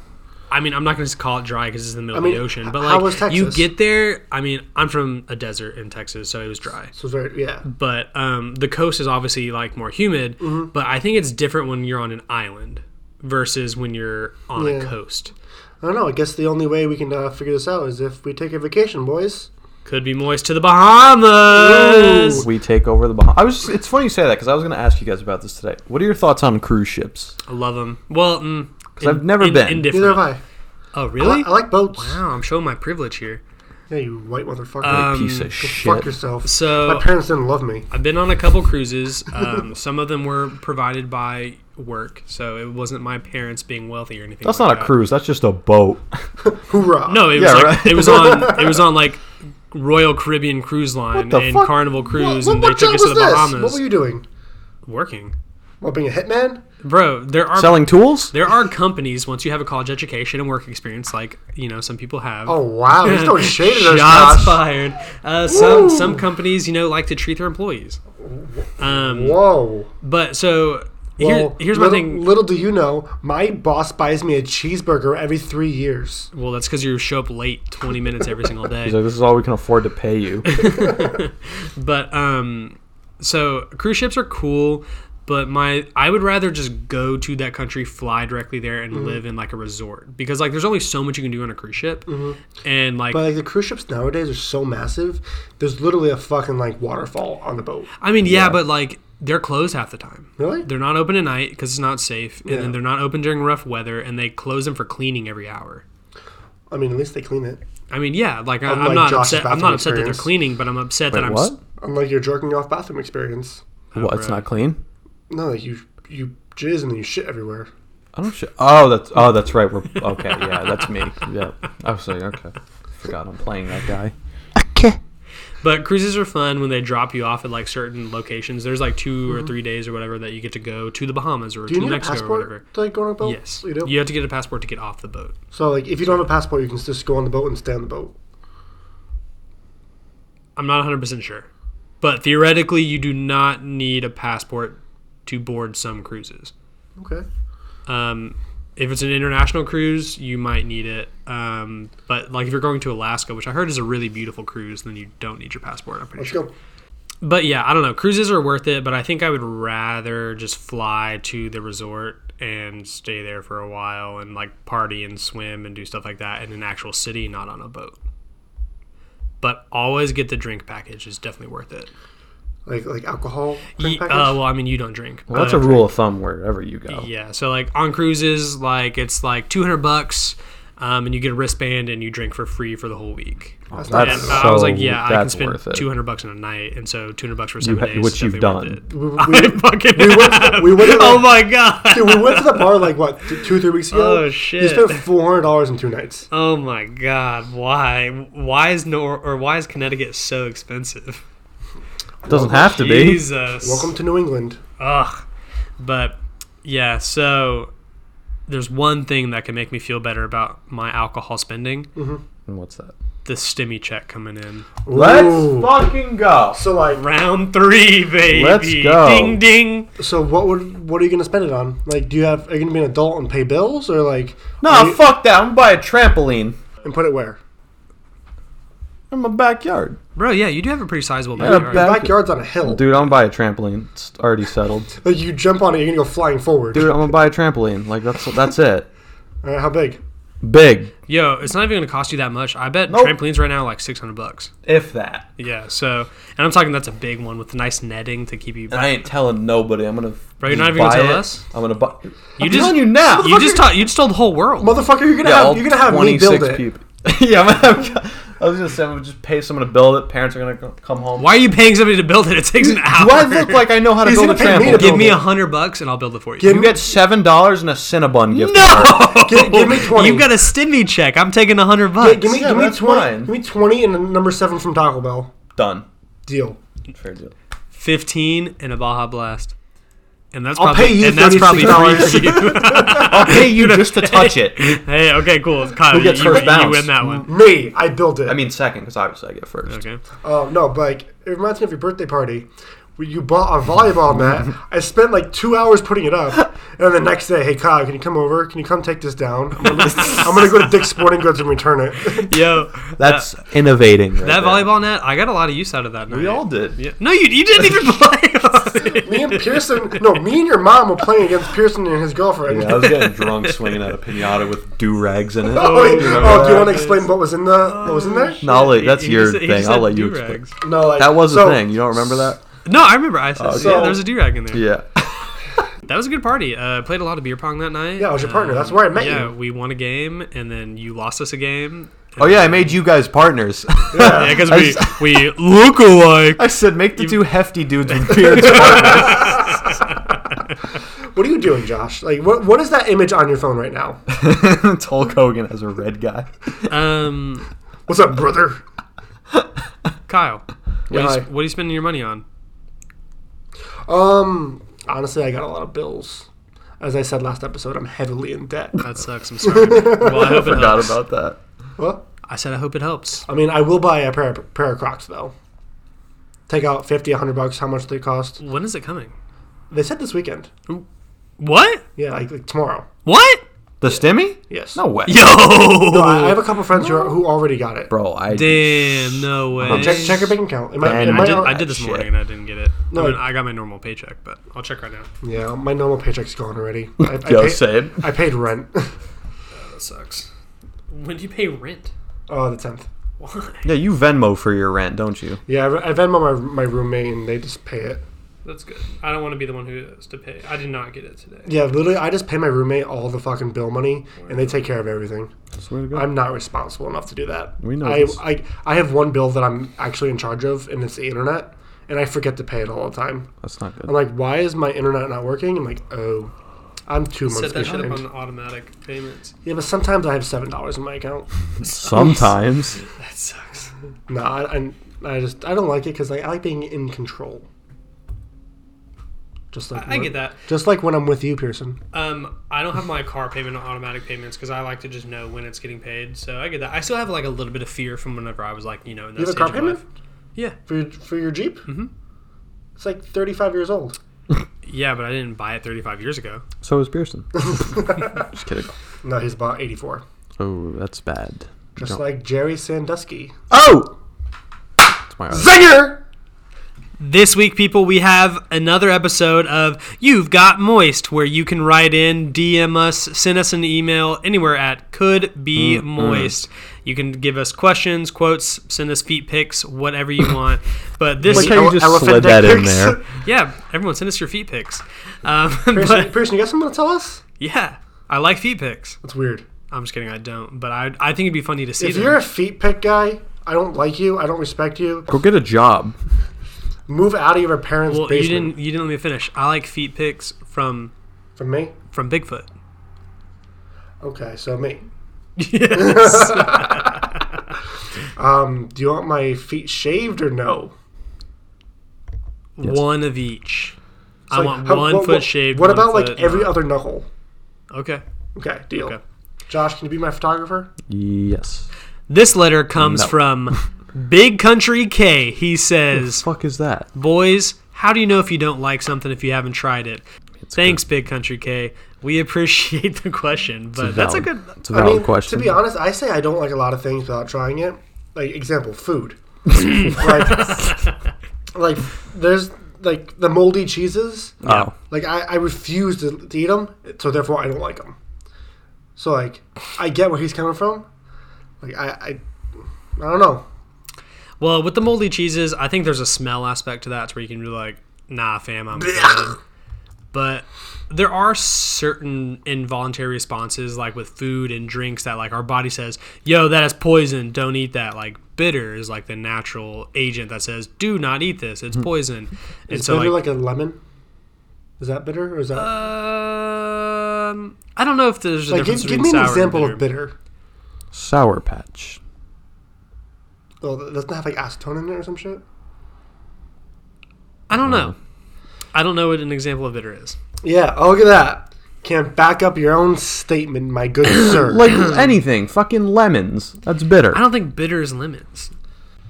Speaker 2: I mean, I'm not going to call it dry because it's in the middle
Speaker 1: mean,
Speaker 2: of the ocean. But
Speaker 1: h- how
Speaker 2: like,
Speaker 1: was
Speaker 2: you
Speaker 1: Texas?
Speaker 2: get there. I mean, I'm from a desert in Texas, so it was dry.
Speaker 1: So it's very yeah.
Speaker 2: But um, the coast is obviously like more humid.
Speaker 1: Mm-hmm.
Speaker 2: But I think it's different when you're on an island versus when you're on
Speaker 1: Yeah.
Speaker 2: a coast.
Speaker 1: I don't know. I guess the only way we can uh, figure this out is if we take a vacation, boys.
Speaker 2: Could be moist to the Bahamas.
Speaker 3: We take over the Bahamas. I was. It's funny you say that because I was going to ask you guys about this today. What are your thoughts on cruise ships?
Speaker 2: I love them. Well, mm, in-
Speaker 3: I've never
Speaker 2: in-
Speaker 3: been.
Speaker 1: Neither have
Speaker 2: Indifferent.
Speaker 1: I.
Speaker 2: Oh,
Speaker 1: I,
Speaker 2: really?
Speaker 1: li- I like boats.
Speaker 2: wow, I'm showing my privilege here.
Speaker 1: Yeah, you white motherfucker.
Speaker 3: You
Speaker 2: Um,
Speaker 3: piece
Speaker 2: go
Speaker 3: of shit.
Speaker 1: Fuck yourself.
Speaker 2: So
Speaker 1: My parents didn't love me.
Speaker 2: I've been on a couple cruises. Um, some of them were provided by work, so it wasn't my parents being wealthy or anything.
Speaker 3: That's
Speaker 2: like
Speaker 3: not a
Speaker 2: that.
Speaker 3: cruise. That's just a boat.
Speaker 1: Hoorah!
Speaker 2: No, it was
Speaker 3: Yeah,
Speaker 2: like,
Speaker 3: right.
Speaker 2: it was on it was on like Royal Caribbean Cruise Line
Speaker 3: the
Speaker 2: and
Speaker 3: fuck?
Speaker 2: Carnival Cruise, and they
Speaker 1: what
Speaker 2: took
Speaker 1: job
Speaker 2: us to the
Speaker 1: was this?
Speaker 2: Bahamas.
Speaker 1: What were you doing?
Speaker 2: Working,
Speaker 1: Well, being a hitman?
Speaker 2: bro. There are
Speaker 3: Selling tools?
Speaker 2: there are companies once you have a college education and work experience, like you know some people have.
Speaker 1: Oh wow, you're throwing shade at us,
Speaker 2: Shots
Speaker 1: Josh.
Speaker 2: fired. Uh, some
Speaker 1: Woo.
Speaker 2: some companies, you know, like to treat their employees. Um,
Speaker 1: Whoa.
Speaker 2: but so here,
Speaker 1: Well,
Speaker 2: here's my
Speaker 1: little,
Speaker 2: thing.
Speaker 1: Little do you know, my boss buys me a cheeseburger every three years.
Speaker 2: Well, that's because you show up late 20 minutes every single
Speaker 3: He's
Speaker 2: day.
Speaker 3: like, this is all we can afford to pay you.
Speaker 2: But um, so cruise ships are cool, but my I would rather just go to that country, fly directly there,
Speaker 1: Mm-hmm.
Speaker 2: and live in like a resort because like there's only so much you can do on a cruise ship, and like
Speaker 1: Mm-hmm. But like the cruise ships nowadays are so massive. There's literally a fucking like waterfall on the boat.
Speaker 2: I mean yeah, but like they're closed half the time.
Speaker 1: Really?
Speaker 2: They're not open at night because it's not safe, and
Speaker 1: Yeah.
Speaker 2: then they're not open during rough weather, and they close them for cleaning every hour.
Speaker 1: I mean, at least they clean it.
Speaker 2: I mean, yeah, like I,
Speaker 1: Unlike
Speaker 2: I'm not
Speaker 1: Josh's
Speaker 2: upset. I'm
Speaker 1: bathroom
Speaker 2: not upset that they're
Speaker 1: experience.
Speaker 2: cleaning, but I'm upset
Speaker 3: Wait,
Speaker 2: that I'm oh,
Speaker 3: what?
Speaker 1: Unlike your jerking off bathroom experience.
Speaker 3: what? It's
Speaker 2: bro.
Speaker 3: not clean.
Speaker 1: No, like you you jizz and then you shit everywhere.
Speaker 3: I don't. Sh- oh, that's. Oh, that's right. We're okay. Yeah, that's me. Yeah. I was like, okay. Forgot I'm playing that guy.
Speaker 2: But cruises are fun when they drop you off at like certain locations. There's like 2 or three days or whatever that you get to go to the Bahamas or
Speaker 1: Mm-hmm. Do you
Speaker 2: to
Speaker 1: need a
Speaker 2: Mexico or whatever.
Speaker 1: passport to like go on a boat?
Speaker 2: Yes,
Speaker 1: you do.
Speaker 2: you have to get a passport to get off the boat.
Speaker 1: So like, if you don't have a passport, you can just go on the boat and stay on the boat.
Speaker 2: I'm not 100 percent sure, but theoretically, you do not need a passport to board some cruises.
Speaker 1: Okay.
Speaker 2: Um, if it's an international cruise, you might need it. Um, but like if you're going to Alaska, which I heard is a really beautiful cruise, then you don't need your passport. I'm pretty
Speaker 1: Let's
Speaker 2: sure.
Speaker 1: go.
Speaker 2: But yeah, I don't know. Cruises are worth it, but I think I would rather just fly to the resort and stay there for a while and like party and swim and do stuff like that in an actual city, not on a boat. But always get the drink package; is definitely worth it.
Speaker 1: Like like alcohol.
Speaker 2: Ye-
Speaker 1: drink
Speaker 2: uh,
Speaker 1: package?
Speaker 2: well, I mean, you don't drink.
Speaker 3: Well, that's
Speaker 2: but-
Speaker 3: a rule of thumb wherever you go.
Speaker 2: Yeah, so like on cruises, like it's like two hundred bucks, um, and you get a wristband and you drink for free for the whole week.
Speaker 3: That's
Speaker 2: And I was like, yeah, I can
Speaker 3: that's
Speaker 2: spend
Speaker 3: worth it.
Speaker 2: two hundred bucks in a night, and so two hundred bucks for
Speaker 3: You
Speaker 2: seven
Speaker 3: ha-
Speaker 2: days, is
Speaker 3: which you've
Speaker 2: definitely worth
Speaker 3: done.
Speaker 2: it.
Speaker 1: we, we,
Speaker 2: I fucking
Speaker 1: we went to the- we went to the-
Speaker 2: oh my god.
Speaker 1: dude, we went to the bar like what th- two three weeks ago.
Speaker 2: Oh,
Speaker 1: You
Speaker 2: shit.
Speaker 1: spent four hundred dollars in two nights.
Speaker 2: Oh my god. Why? Why is nor or why is Connecticut so expensive?
Speaker 3: Doesn't
Speaker 2: Oh,
Speaker 3: have to be.
Speaker 2: Jesus.
Speaker 1: Welcome to New England.
Speaker 2: Ugh. But yeah, so there's one thing that can make me feel better about my alcohol spending.
Speaker 3: And what's that?
Speaker 2: the stimmy check coming in.
Speaker 1: Ooh.
Speaker 3: fucking go.
Speaker 1: so like
Speaker 2: Round three, baby.
Speaker 3: Let's go.
Speaker 2: Ding ding.
Speaker 1: so what would what are you gonna spend it on? Like do you have are you gonna be an adult and pay bills or like
Speaker 3: No,
Speaker 1: are you-
Speaker 3: fuck that. I'm gonna buy a trampoline
Speaker 1: and put it where?
Speaker 3: in my backyard.
Speaker 2: Bro, yeah, you do have a pretty sizable
Speaker 3: Yeah,
Speaker 2: backyard.
Speaker 3: back-
Speaker 1: Your
Speaker 3: Thank you.
Speaker 1: backyard's on a hill.
Speaker 3: Dude, I'm gonna buy a trampoline. It's already settled.
Speaker 1: Like you jump on it, you're gonna go flying forward.
Speaker 3: Dude, I'm gonna buy a trampoline. Like that's that's it.
Speaker 1: All right, how big?
Speaker 3: Big.
Speaker 2: Yo, it's not even gonna cost you that much. I bet
Speaker 3: Nope.
Speaker 2: trampolines right now are like six hundred bucks.
Speaker 3: If that.
Speaker 2: Yeah, so and I'm talking that's a big one with nice netting to keep you.
Speaker 3: And I ain't telling nobody. I'm gonna.
Speaker 2: Bro, you're not
Speaker 3: just
Speaker 2: even gonna
Speaker 3: buy
Speaker 2: tell
Speaker 3: it.
Speaker 2: us?
Speaker 3: I'm gonna buy. You I'm
Speaker 2: just-
Speaker 3: telling you now.
Speaker 2: You just taught you just told the whole world.
Speaker 1: Motherfucker, you're gonna
Speaker 3: Yeah, all
Speaker 1: have you're gonna have me build
Speaker 3: 26
Speaker 1: it.
Speaker 3: people. yeah, I'm gonna have, I was gonna say I'm gonna just pay someone to build it. Parents are gonna co- come home.
Speaker 2: Why are you paying somebody to build it? It takes an hour.
Speaker 3: Do I look like I know how to
Speaker 1: He's
Speaker 3: build a
Speaker 1: gonna pay me to
Speaker 3: trampoline?
Speaker 1: build
Speaker 2: Give me
Speaker 1: it.
Speaker 2: a hundred bucks and I'll build it for you.
Speaker 1: Give
Speaker 3: You
Speaker 1: me-
Speaker 3: get seven dollars and a Cinnabon gift.
Speaker 2: no,
Speaker 1: Give- give me 20.
Speaker 2: You've got a stimmy check. I'm taking a hundred bucks.
Speaker 1: Hey, give me
Speaker 3: Yeah,
Speaker 1: give me
Speaker 3: that's
Speaker 1: twenty
Speaker 3: mine.
Speaker 1: give me twenty and a number seven from Taco Bell.
Speaker 3: Done.
Speaker 1: Deal.
Speaker 3: Fair deal.
Speaker 2: fifteen and a Baja Blast, and that's
Speaker 1: I'll
Speaker 2: probably
Speaker 1: pay you
Speaker 2: and that's probably
Speaker 1: $36.
Speaker 2: free for you.
Speaker 3: I'll pay you just to touch it.
Speaker 2: hey, okay, cool, Kyle.
Speaker 3: Who gets
Speaker 2: you,
Speaker 3: first
Speaker 2: you
Speaker 3: bounce?
Speaker 2: win that one.
Speaker 1: Me, I built it.
Speaker 3: I mean, second, because obviously I get first.
Speaker 2: Okay.
Speaker 1: Oh no, but like it reminds me of your birthday party. where You bought a volleyball net. I spent like two hours putting it up, and then the next day, hey Kyle, can you come over? Can you come take this down? I'm gonna, I'm gonna go to Dick's Sporting Goods and return it.
Speaker 2: Yo,
Speaker 3: That's innovating. Right
Speaker 2: that
Speaker 3: there.
Speaker 2: volleyball net. I got a lot of use out of that. Night.
Speaker 3: We all did.
Speaker 2: Yeah. No, you, you didn't even play. on it.
Speaker 1: me and Pearson, no, me and your mom were playing against Pearson and his girlfriend.
Speaker 3: Yeah, I was getting drunk swinging at a pinata with do rags in it.
Speaker 1: Oh, wait.
Speaker 3: You remember
Speaker 1: oh, do you
Speaker 3: that?
Speaker 1: want to explain what was in the what was in there?
Speaker 3: No, I'll let- that's
Speaker 2: He
Speaker 3: your
Speaker 2: just- he
Speaker 3: thing.
Speaker 2: just
Speaker 3: I'll
Speaker 2: had
Speaker 3: let you
Speaker 2: do-rags.
Speaker 3: explain.
Speaker 1: No, like,
Speaker 3: That was
Speaker 1: so-
Speaker 3: the thing. You don't remember that?
Speaker 2: No, I remember. I said,
Speaker 3: Okay.
Speaker 2: yeah, there was a do rag in there.
Speaker 3: Yeah.
Speaker 2: That was a good party. Uh, I played a lot of beer pong that night.
Speaker 1: Yeah, I was your partner.
Speaker 2: Um,
Speaker 1: That's where I met
Speaker 2: yeah,
Speaker 1: you.
Speaker 2: we won a game, and then you lost us a game.
Speaker 3: Oh yeah, I made you guys partners.
Speaker 2: Yeah, because we we look alike.
Speaker 3: I said make the two hefty dudes with beards partners.
Speaker 1: What are you doing, Josh? Like, what what is that image on your phone right now?
Speaker 3: Hulk Hogan as a red guy.
Speaker 2: Um,
Speaker 1: What's up, brother?
Speaker 2: Kyle, what,
Speaker 1: Yeah,
Speaker 2: are you,
Speaker 1: hi.
Speaker 2: s- what are you spending your money on?
Speaker 1: Um, honestly, I got a lot of bills. As I said last episode, I'm heavily in debt.
Speaker 2: That sucks. I'm sorry. well, I hope it
Speaker 3: Forgot
Speaker 2: helps.
Speaker 3: about that.
Speaker 1: Well,
Speaker 2: I said I hope it helps.
Speaker 1: I mean, I will buy a pair of, pair of Crocs though. Take out 50, 100 bucks. How much do they cost?
Speaker 2: When is it coming?
Speaker 1: They said this weekend.
Speaker 2: What?
Speaker 1: Yeah, like, like tomorrow.
Speaker 2: What?
Speaker 3: The stimmy?
Speaker 1: Yes.
Speaker 3: No way.
Speaker 2: Yo.
Speaker 1: No, I, I have a couple friends who, are, who already got it.
Speaker 3: Bro, I
Speaker 2: Damn. No way.
Speaker 1: Oh, Check, check your bank account. It might,
Speaker 3: Man,
Speaker 1: it
Speaker 3: I
Speaker 2: I
Speaker 1: might
Speaker 2: did,
Speaker 1: not-
Speaker 2: I did this
Speaker 3: Shit.
Speaker 2: morning and I didn't get it. I,
Speaker 1: No.
Speaker 2: mean, I got my normal paycheck, but I'll check right now.
Speaker 1: yeah, my normal paycheck's gone already. I, I,
Speaker 3: Yo,
Speaker 1: paid,
Speaker 3: same.
Speaker 1: I paid rent.
Speaker 2: That sucks. When do you pay rent?
Speaker 1: oh, the tenth.
Speaker 2: Why?
Speaker 3: Yeah, you Venmo for your rent, don't you?
Speaker 1: Yeah, I, I Venmo my my roommate and they just pay it.
Speaker 2: That's good. I don't want to be the one who has to pay. I did not get it today.
Speaker 1: Yeah, literally, I just pay my roommate all the fucking bill money, and they take care of everything.
Speaker 3: Swear to God.
Speaker 1: I'm not responsible enough to do that.
Speaker 3: We know
Speaker 1: I,
Speaker 3: this.
Speaker 1: I I have one bill that I'm actually in charge of, and it's the internet, and I forget to pay it all the time.
Speaker 3: That's not
Speaker 1: I'm
Speaker 3: good.
Speaker 1: like, why is my internet not working? I'm like, oh, I'm two months
Speaker 2: Set that up on
Speaker 1: behind.
Speaker 2: automatic payments.
Speaker 1: Yeah, but sometimes I have seven dollars in my account.
Speaker 3: Sometimes.
Speaker 2: That sucks.
Speaker 1: No, I, I, I just I don't like it because like, I like being in control. Just like
Speaker 2: I, I
Speaker 1: when-
Speaker 2: get that.
Speaker 1: Just like when I'm with you, Pearson.
Speaker 2: Um, I don't have my car payment on automatic payments because I like to just know when it's getting paid. So I get that. I still have like a little bit of fear from whenever I was like, you know, in that
Speaker 1: You have a
Speaker 2: stage
Speaker 1: car
Speaker 2: of
Speaker 1: payment
Speaker 2: life. Yeah,
Speaker 1: for your, for your Jeep.
Speaker 2: Mhm.
Speaker 1: It's like 35 years old.
Speaker 2: yeah, but I didn't buy it 35 years ago.
Speaker 3: So is Pearson. Just kidding.
Speaker 1: No, he's about 84.
Speaker 3: Oh, that's bad.
Speaker 1: Just
Speaker 3: Don't-
Speaker 1: like Jerry Sandusky.
Speaker 3: Oh! It's my other-
Speaker 1: Zinger!
Speaker 2: This week, people, we have another episode of You've Got Moist, where you can write in, DM us, send us an email anywhere at Could Be
Speaker 1: Mm-hmm.
Speaker 2: Moist. You can give us questions, quotes, send us feet pics, whatever you want. But this,
Speaker 3: Like how you
Speaker 1: Ele-
Speaker 3: just
Speaker 1: elephant
Speaker 3: slid
Speaker 1: dick
Speaker 3: that in
Speaker 1: pics.
Speaker 3: there.
Speaker 2: yeah, everyone, send us your feet pics. Um,
Speaker 1: Pearson,
Speaker 2: but
Speaker 1: Pearson, you got something to tell us?
Speaker 2: yeah, I like feet pics.
Speaker 1: That's weird.
Speaker 2: I'm just kidding, I don't. But I, I think it'd be funny to see
Speaker 1: If
Speaker 2: them.
Speaker 1: you're a feet pick guy, I don't like you. I don't respect you.
Speaker 3: Go get a job.
Speaker 1: Move out of your parents'
Speaker 2: well, you
Speaker 1: basement
Speaker 2: didn't, you didn't let me finish. I like feet pics from
Speaker 1: from me.
Speaker 2: from Bigfoot.
Speaker 1: Okay, so me.
Speaker 2: Yes.
Speaker 1: Um, do you want my feet shaved or no?
Speaker 3: Yes.
Speaker 2: One of each. I
Speaker 1: Like,
Speaker 2: want
Speaker 1: how-
Speaker 2: one
Speaker 1: what-
Speaker 2: foot
Speaker 1: what-
Speaker 2: shaved.
Speaker 1: What
Speaker 2: one
Speaker 1: about
Speaker 2: foot
Speaker 1: like every
Speaker 2: not.
Speaker 1: other knuckle?
Speaker 2: Okay.
Speaker 1: Okay, deal.
Speaker 2: Okay.
Speaker 1: Josh, can you be my photographer?
Speaker 3: Yes.
Speaker 2: This letter comes
Speaker 3: No.
Speaker 2: from Big Country K. He says,
Speaker 3: fuck is that?
Speaker 2: Boys, how do you know if you don't like something if you haven't tried it?
Speaker 3: It's
Speaker 2: Thanks, Big Country K. We appreciate the question, but that's a good.
Speaker 3: valid- It's a
Speaker 1: I
Speaker 3: valid
Speaker 1: mean,
Speaker 3: question.
Speaker 1: to be honest, I say I don't like a lot of things without trying it. Like example, food. like, like there's like the moldy cheeses.
Speaker 3: oh,
Speaker 1: Like I, I refuse to, to eat them, so therefore I don't like them. So like I get where he's coming from. Like I I, I don't know.
Speaker 2: Well, with the moldy cheeses, I think there's a smell aspect to that, to where you can be like, "Nah, fam, I'm." good." But there are certain involuntary responses, like with food and drinks, that like our body says, "Yo, that is poison. Don't eat that." Like bitter is like the natural agent that says, "Do not eat this. It's poison." and
Speaker 1: It's
Speaker 2: so
Speaker 1: Hmm. bitter
Speaker 2: like,
Speaker 1: like, a lemon. Is that bitter or is that
Speaker 2: Uh, um, I don't know if there's a
Speaker 1: like
Speaker 2: difference
Speaker 1: give, give
Speaker 2: between
Speaker 1: me an
Speaker 2: sour and
Speaker 1: example
Speaker 2: bitter.
Speaker 1: of bitter.
Speaker 3: Sour Patch.
Speaker 1: Well, that doesn't have like acetone in it or some shit.
Speaker 2: I don't know.
Speaker 1: Hmm.
Speaker 2: I don't know what an example of bitter is.
Speaker 1: Yeah, oh, look at that. Can't back up your own statement, my good sir.
Speaker 3: Like anything, fucking lemons. That's bitter.
Speaker 2: I don't think bitter is lemons.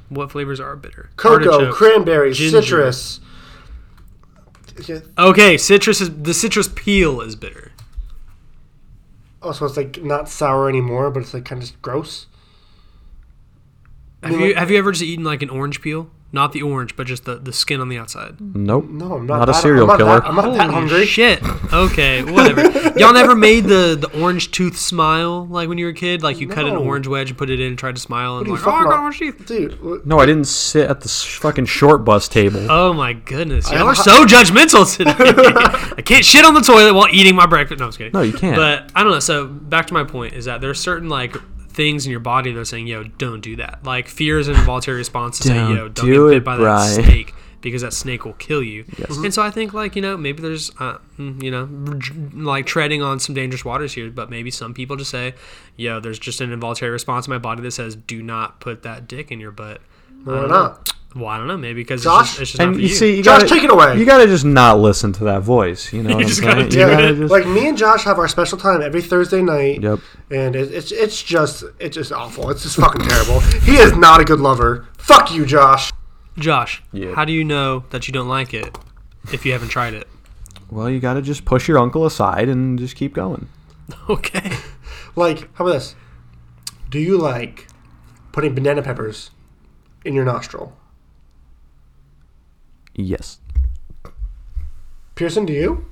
Speaker 2: What flavors are bitter?
Speaker 1: cocoa,
Speaker 2: Artichoke.
Speaker 1: cranberry,
Speaker 2: ginger.
Speaker 1: citrus. Yeah,
Speaker 2: Okay, citrus is the citrus peel is bitter.
Speaker 1: Oh, so it's like not sour anymore, but it's like kind of just gross.
Speaker 2: Have
Speaker 1: mean,
Speaker 2: you
Speaker 1: like-
Speaker 2: have you ever just eaten like an orange peel? Not the orange, but just the, the skin on the outside.
Speaker 3: Nope.
Speaker 1: No, I'm not.
Speaker 3: Not a
Speaker 1: that,
Speaker 3: serial
Speaker 1: I'm not
Speaker 3: killer.
Speaker 1: That, I'm not that
Speaker 2: Holy
Speaker 1: hungry.
Speaker 2: Shit. Okay, whatever. Y'all never made the, the orange tooth smile like when you were a kid? Like you cut an
Speaker 1: No.
Speaker 2: orange wedge and put it in and tried to smile and
Speaker 1: you
Speaker 2: like, oh, I
Speaker 1: talking
Speaker 2: got
Speaker 1: about?"
Speaker 2: orange teeth.
Speaker 1: Dude, w-
Speaker 3: No, I didn't sit at the sh- fucking short bus table.
Speaker 2: Oh my goodness. Y'all are
Speaker 1: ha-
Speaker 2: so judgmental today. I can't shit on the toilet while eating my breakfast. No, I'm just kidding.
Speaker 3: No, you can't.
Speaker 2: But I don't know. So back to my point is that there are certain like things in your body that are saying, "Yo, don't do that." Like fears and involuntary responses say,
Speaker 3: Don't
Speaker 2: "Yo, don't
Speaker 3: do
Speaker 2: get bit
Speaker 3: it,
Speaker 2: by
Speaker 3: Bri."
Speaker 2: that snake because that snake will kill you." And so I think like you know maybe there's uh, mm, you know r- j- like treading on some dangerous waters here, but maybe some people just say, "Yo, there's just an involuntary response in my body that says, do not put that dick in your butt." I
Speaker 1: why
Speaker 2: don't know.
Speaker 1: not?
Speaker 2: Well, I don't know. Maybe because
Speaker 1: Josh?
Speaker 2: it's just, it's just not
Speaker 3: and
Speaker 2: for
Speaker 3: you, see, you
Speaker 1: Josh,
Speaker 3: gotta,
Speaker 1: take it away.
Speaker 3: You gotta just not listen to that voice. You know what I'm
Speaker 2: just
Speaker 3: saying?
Speaker 2: gotta do
Speaker 3: you
Speaker 1: Yeah,
Speaker 3: gotta just,
Speaker 1: like me and Josh have our special time every Thursday night.
Speaker 3: Yep.
Speaker 1: And it, it's it's just it's just awful. It's just fucking terrible. He is not a good lover. Fuck you, Josh.
Speaker 2: Josh,
Speaker 3: Yeah.
Speaker 2: how do you know that you don't like it if you haven't tried it?
Speaker 3: well, you gotta just push your uncle aside and just keep going.
Speaker 2: Okay.
Speaker 1: Like, how about this? Do you like putting banana peppers in your nostril?
Speaker 3: Yes.
Speaker 1: Pearson, do you?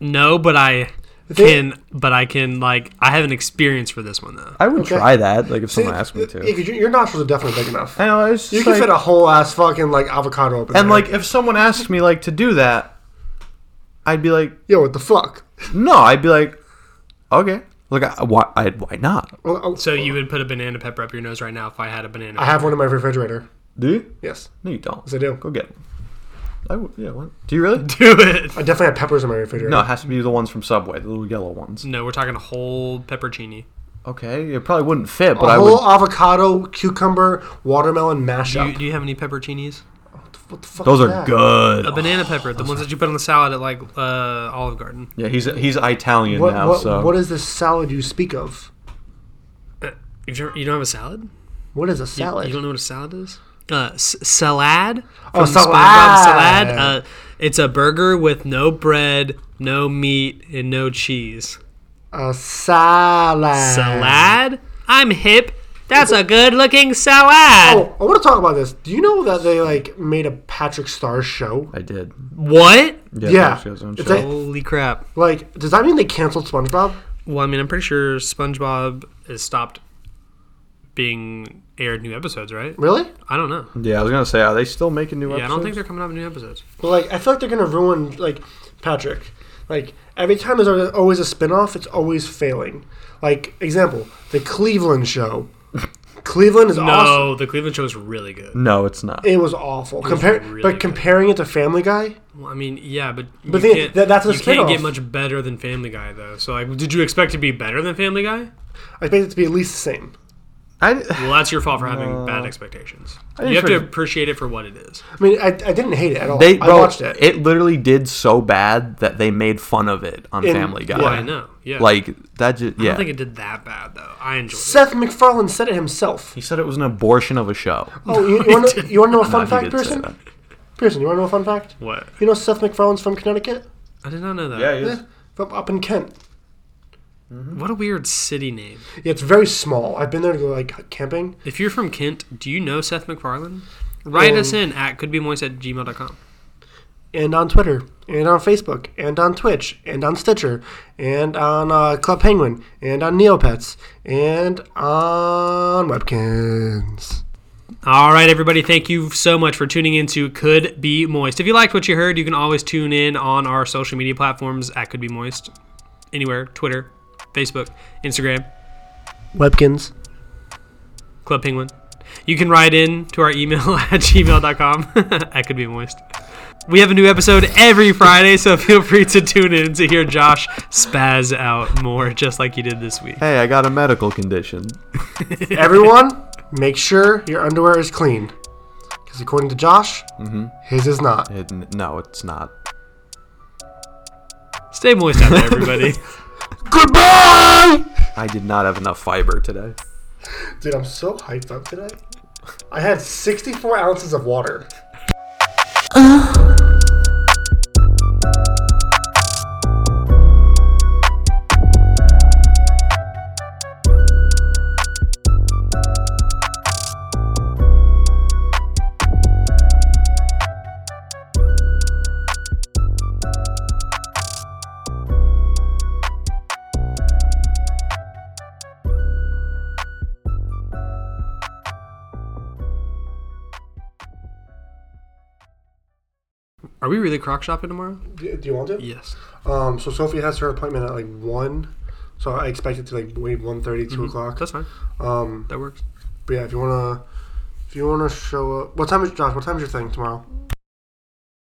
Speaker 2: No, but I
Speaker 1: They-
Speaker 2: can. But I can like I have an experience for this one though.
Speaker 3: I would
Speaker 1: Okay.
Speaker 3: try that, like if someone
Speaker 1: See,
Speaker 3: asked me
Speaker 1: yeah,
Speaker 3: to.
Speaker 1: 'cause your, your nostrils are definitely big enough.
Speaker 3: I know, it's
Speaker 1: You
Speaker 3: just
Speaker 1: can
Speaker 3: like-
Speaker 1: fit a whole ass fucking like avocado up in
Speaker 3: and
Speaker 1: there.
Speaker 3: like if someone asked me like to do that, I'd be like,
Speaker 1: yo, what the fuck?
Speaker 3: no, I'd be like, okay, like I, why, I, why not?
Speaker 1: Well, oh,
Speaker 2: So you would put a banana pepper up your nose right now if I had a banana.
Speaker 1: I have one in my refrigerator.
Speaker 3: Do you?
Speaker 1: Yes,
Speaker 3: No, you don't.
Speaker 1: yes I do.
Speaker 3: Go get. Them. I would, yeah. What? Do you really?
Speaker 2: do it.
Speaker 1: I definitely have peppers in my refrigerator.
Speaker 3: No, it has to be the ones from Subway, the little yellow ones.
Speaker 2: No, we're talking a whole peppercini.
Speaker 3: Okay, it probably wouldn't fit, but
Speaker 1: a
Speaker 3: I
Speaker 1: whole
Speaker 3: would.
Speaker 1: avocado, cucumber, watermelon
Speaker 2: Do
Speaker 1: mashup.
Speaker 2: you, do you have any pepperoncinis?
Speaker 1: what the fuck
Speaker 3: Those
Speaker 1: is
Speaker 3: are
Speaker 1: that?
Speaker 3: good.
Speaker 2: A banana pepper, the ones that you put on the salad at like uh, Olive Garden.
Speaker 3: Yeah, he's he's Italian
Speaker 1: What,
Speaker 3: now,
Speaker 1: what,
Speaker 3: so
Speaker 1: what is this salad you speak of?
Speaker 2: Uh, you've never- you don't have a salad?
Speaker 1: What is a
Speaker 2: You-
Speaker 1: salad?
Speaker 2: You, don't know what a salad is? Uh, s- salad. from
Speaker 1: Oh, salad.
Speaker 2: SpongeBob salad. Uh, it's a burger with no bread, no meat, and no cheese.
Speaker 1: a salad.
Speaker 2: Salad. I'm hip. That's a good-looking salad.
Speaker 1: Oh, I want to talk about this. Do you know that they like made a Patrick Star show?
Speaker 3: I did.
Speaker 2: What?
Speaker 1: Yeah.
Speaker 3: she has her own
Speaker 1: It's
Speaker 3: show.
Speaker 1: like-
Speaker 2: Holy crap!
Speaker 1: Like, does that mean they canceled SpongeBob?
Speaker 2: Well, I mean, I'm pretty sure SpongeBob has stopped being aired new episodes, right?
Speaker 1: Really?
Speaker 2: I don't know.
Speaker 3: yeah, I was gonna say, are they still making new
Speaker 2: Yeah, I
Speaker 3: episodes?
Speaker 2: don't think they're coming out with new episodes.
Speaker 1: But like, I feel like they're gonna ruin like Patrick. Like every time there's al- always a spin-off, it's always failing. Like example, the Cleveland show. Cleveland is
Speaker 2: No,
Speaker 1: awesome.
Speaker 2: the Cleveland show is really good.
Speaker 3: No, it's not.
Speaker 1: It was awful. Compare,
Speaker 2: really
Speaker 1: but
Speaker 2: good.
Speaker 1: comparing it to Family Guy,
Speaker 2: Well, I mean, yeah, but
Speaker 1: But
Speaker 2: you
Speaker 1: the-
Speaker 2: can't,
Speaker 1: that- that's a
Speaker 2: you can't get
Speaker 1: spinoff.
Speaker 2: much better than Family Guy though. So like, did you expect it to be better than Family Guy?
Speaker 1: I expect it to be at least the same.
Speaker 3: I, I
Speaker 2: Well, that's your fault for having bad expectations. You have to
Speaker 3: pretty-
Speaker 2: appreciate it for what it is.
Speaker 1: I mean, I, I didn't hate it at all.
Speaker 3: they bro,
Speaker 1: I watched it.
Speaker 3: literally did so bad that they made fun of it on
Speaker 1: In-
Speaker 3: Family Guy.
Speaker 1: yeah.
Speaker 2: I know. Yeah.
Speaker 3: Like that just
Speaker 2: I
Speaker 3: yeah.
Speaker 2: don't think it did that bad though. I enjoyed it.
Speaker 1: Seth MacFarlane said it himself.
Speaker 3: he said it was an abortion of a show.
Speaker 1: Oh, you, you want to you wanna know a
Speaker 3: No,
Speaker 1: fun
Speaker 3: he
Speaker 1: fact,
Speaker 3: did say
Speaker 1: Pearson?
Speaker 3: that.
Speaker 1: Pearson, you want to know a fun fact?
Speaker 2: What?
Speaker 1: You know Seth MacFarlane's from Connecticut?
Speaker 2: I did not know that.
Speaker 1: Yeah, from up in Kent.
Speaker 2: What a weird city name.
Speaker 1: Yeah, it's very small. I've been there to go like camping.
Speaker 2: If you're from Kent, do you know Seth MacFarlane? Write us
Speaker 1: Um,
Speaker 2: in at couldbemoist at gmail.com.
Speaker 1: and on Twitter, and on Facebook, and on Twitch, and on Stitcher, and on uh, Club Penguin, and on Neopets, and on Webkins.
Speaker 2: All right, everybody. Thank you so much for tuning in to Could Be Moist. If you liked what you heard, you can always tune in on our social media platforms at Could Be Moist. Anywhere Twitter, Facebook, Instagram,
Speaker 1: Webkins.
Speaker 2: Club Penguin. You can write in to our email at gmail.com. that could be moist. We have a new episode every Friday, so feel free to tune in to hear Josh spaz out more, just like you did this week.
Speaker 3: Hey, I got a medical condition.
Speaker 1: Everyone, make sure your underwear is clean. Because according to Josh, his is not.
Speaker 3: It, n- no, it's not.
Speaker 2: Stay moist out there, everybody.
Speaker 1: Goodbye!
Speaker 3: I did not have enough fiber today.
Speaker 1: Dude, I'm so hyped up today. I had 64 ounces of water.
Speaker 2: Are we really crock shopping tomorrow?
Speaker 1: Do, do you want to?
Speaker 2: Yes.
Speaker 1: Um, so Sophie has her appointment at like 1. So I expect it to like wait 1.30, 2 o'clock.
Speaker 2: That's fine.
Speaker 1: Um,
Speaker 2: That works.
Speaker 1: But yeah, if you wanna, if you wanna show up, what time is Josh? What time is your thing tomorrow?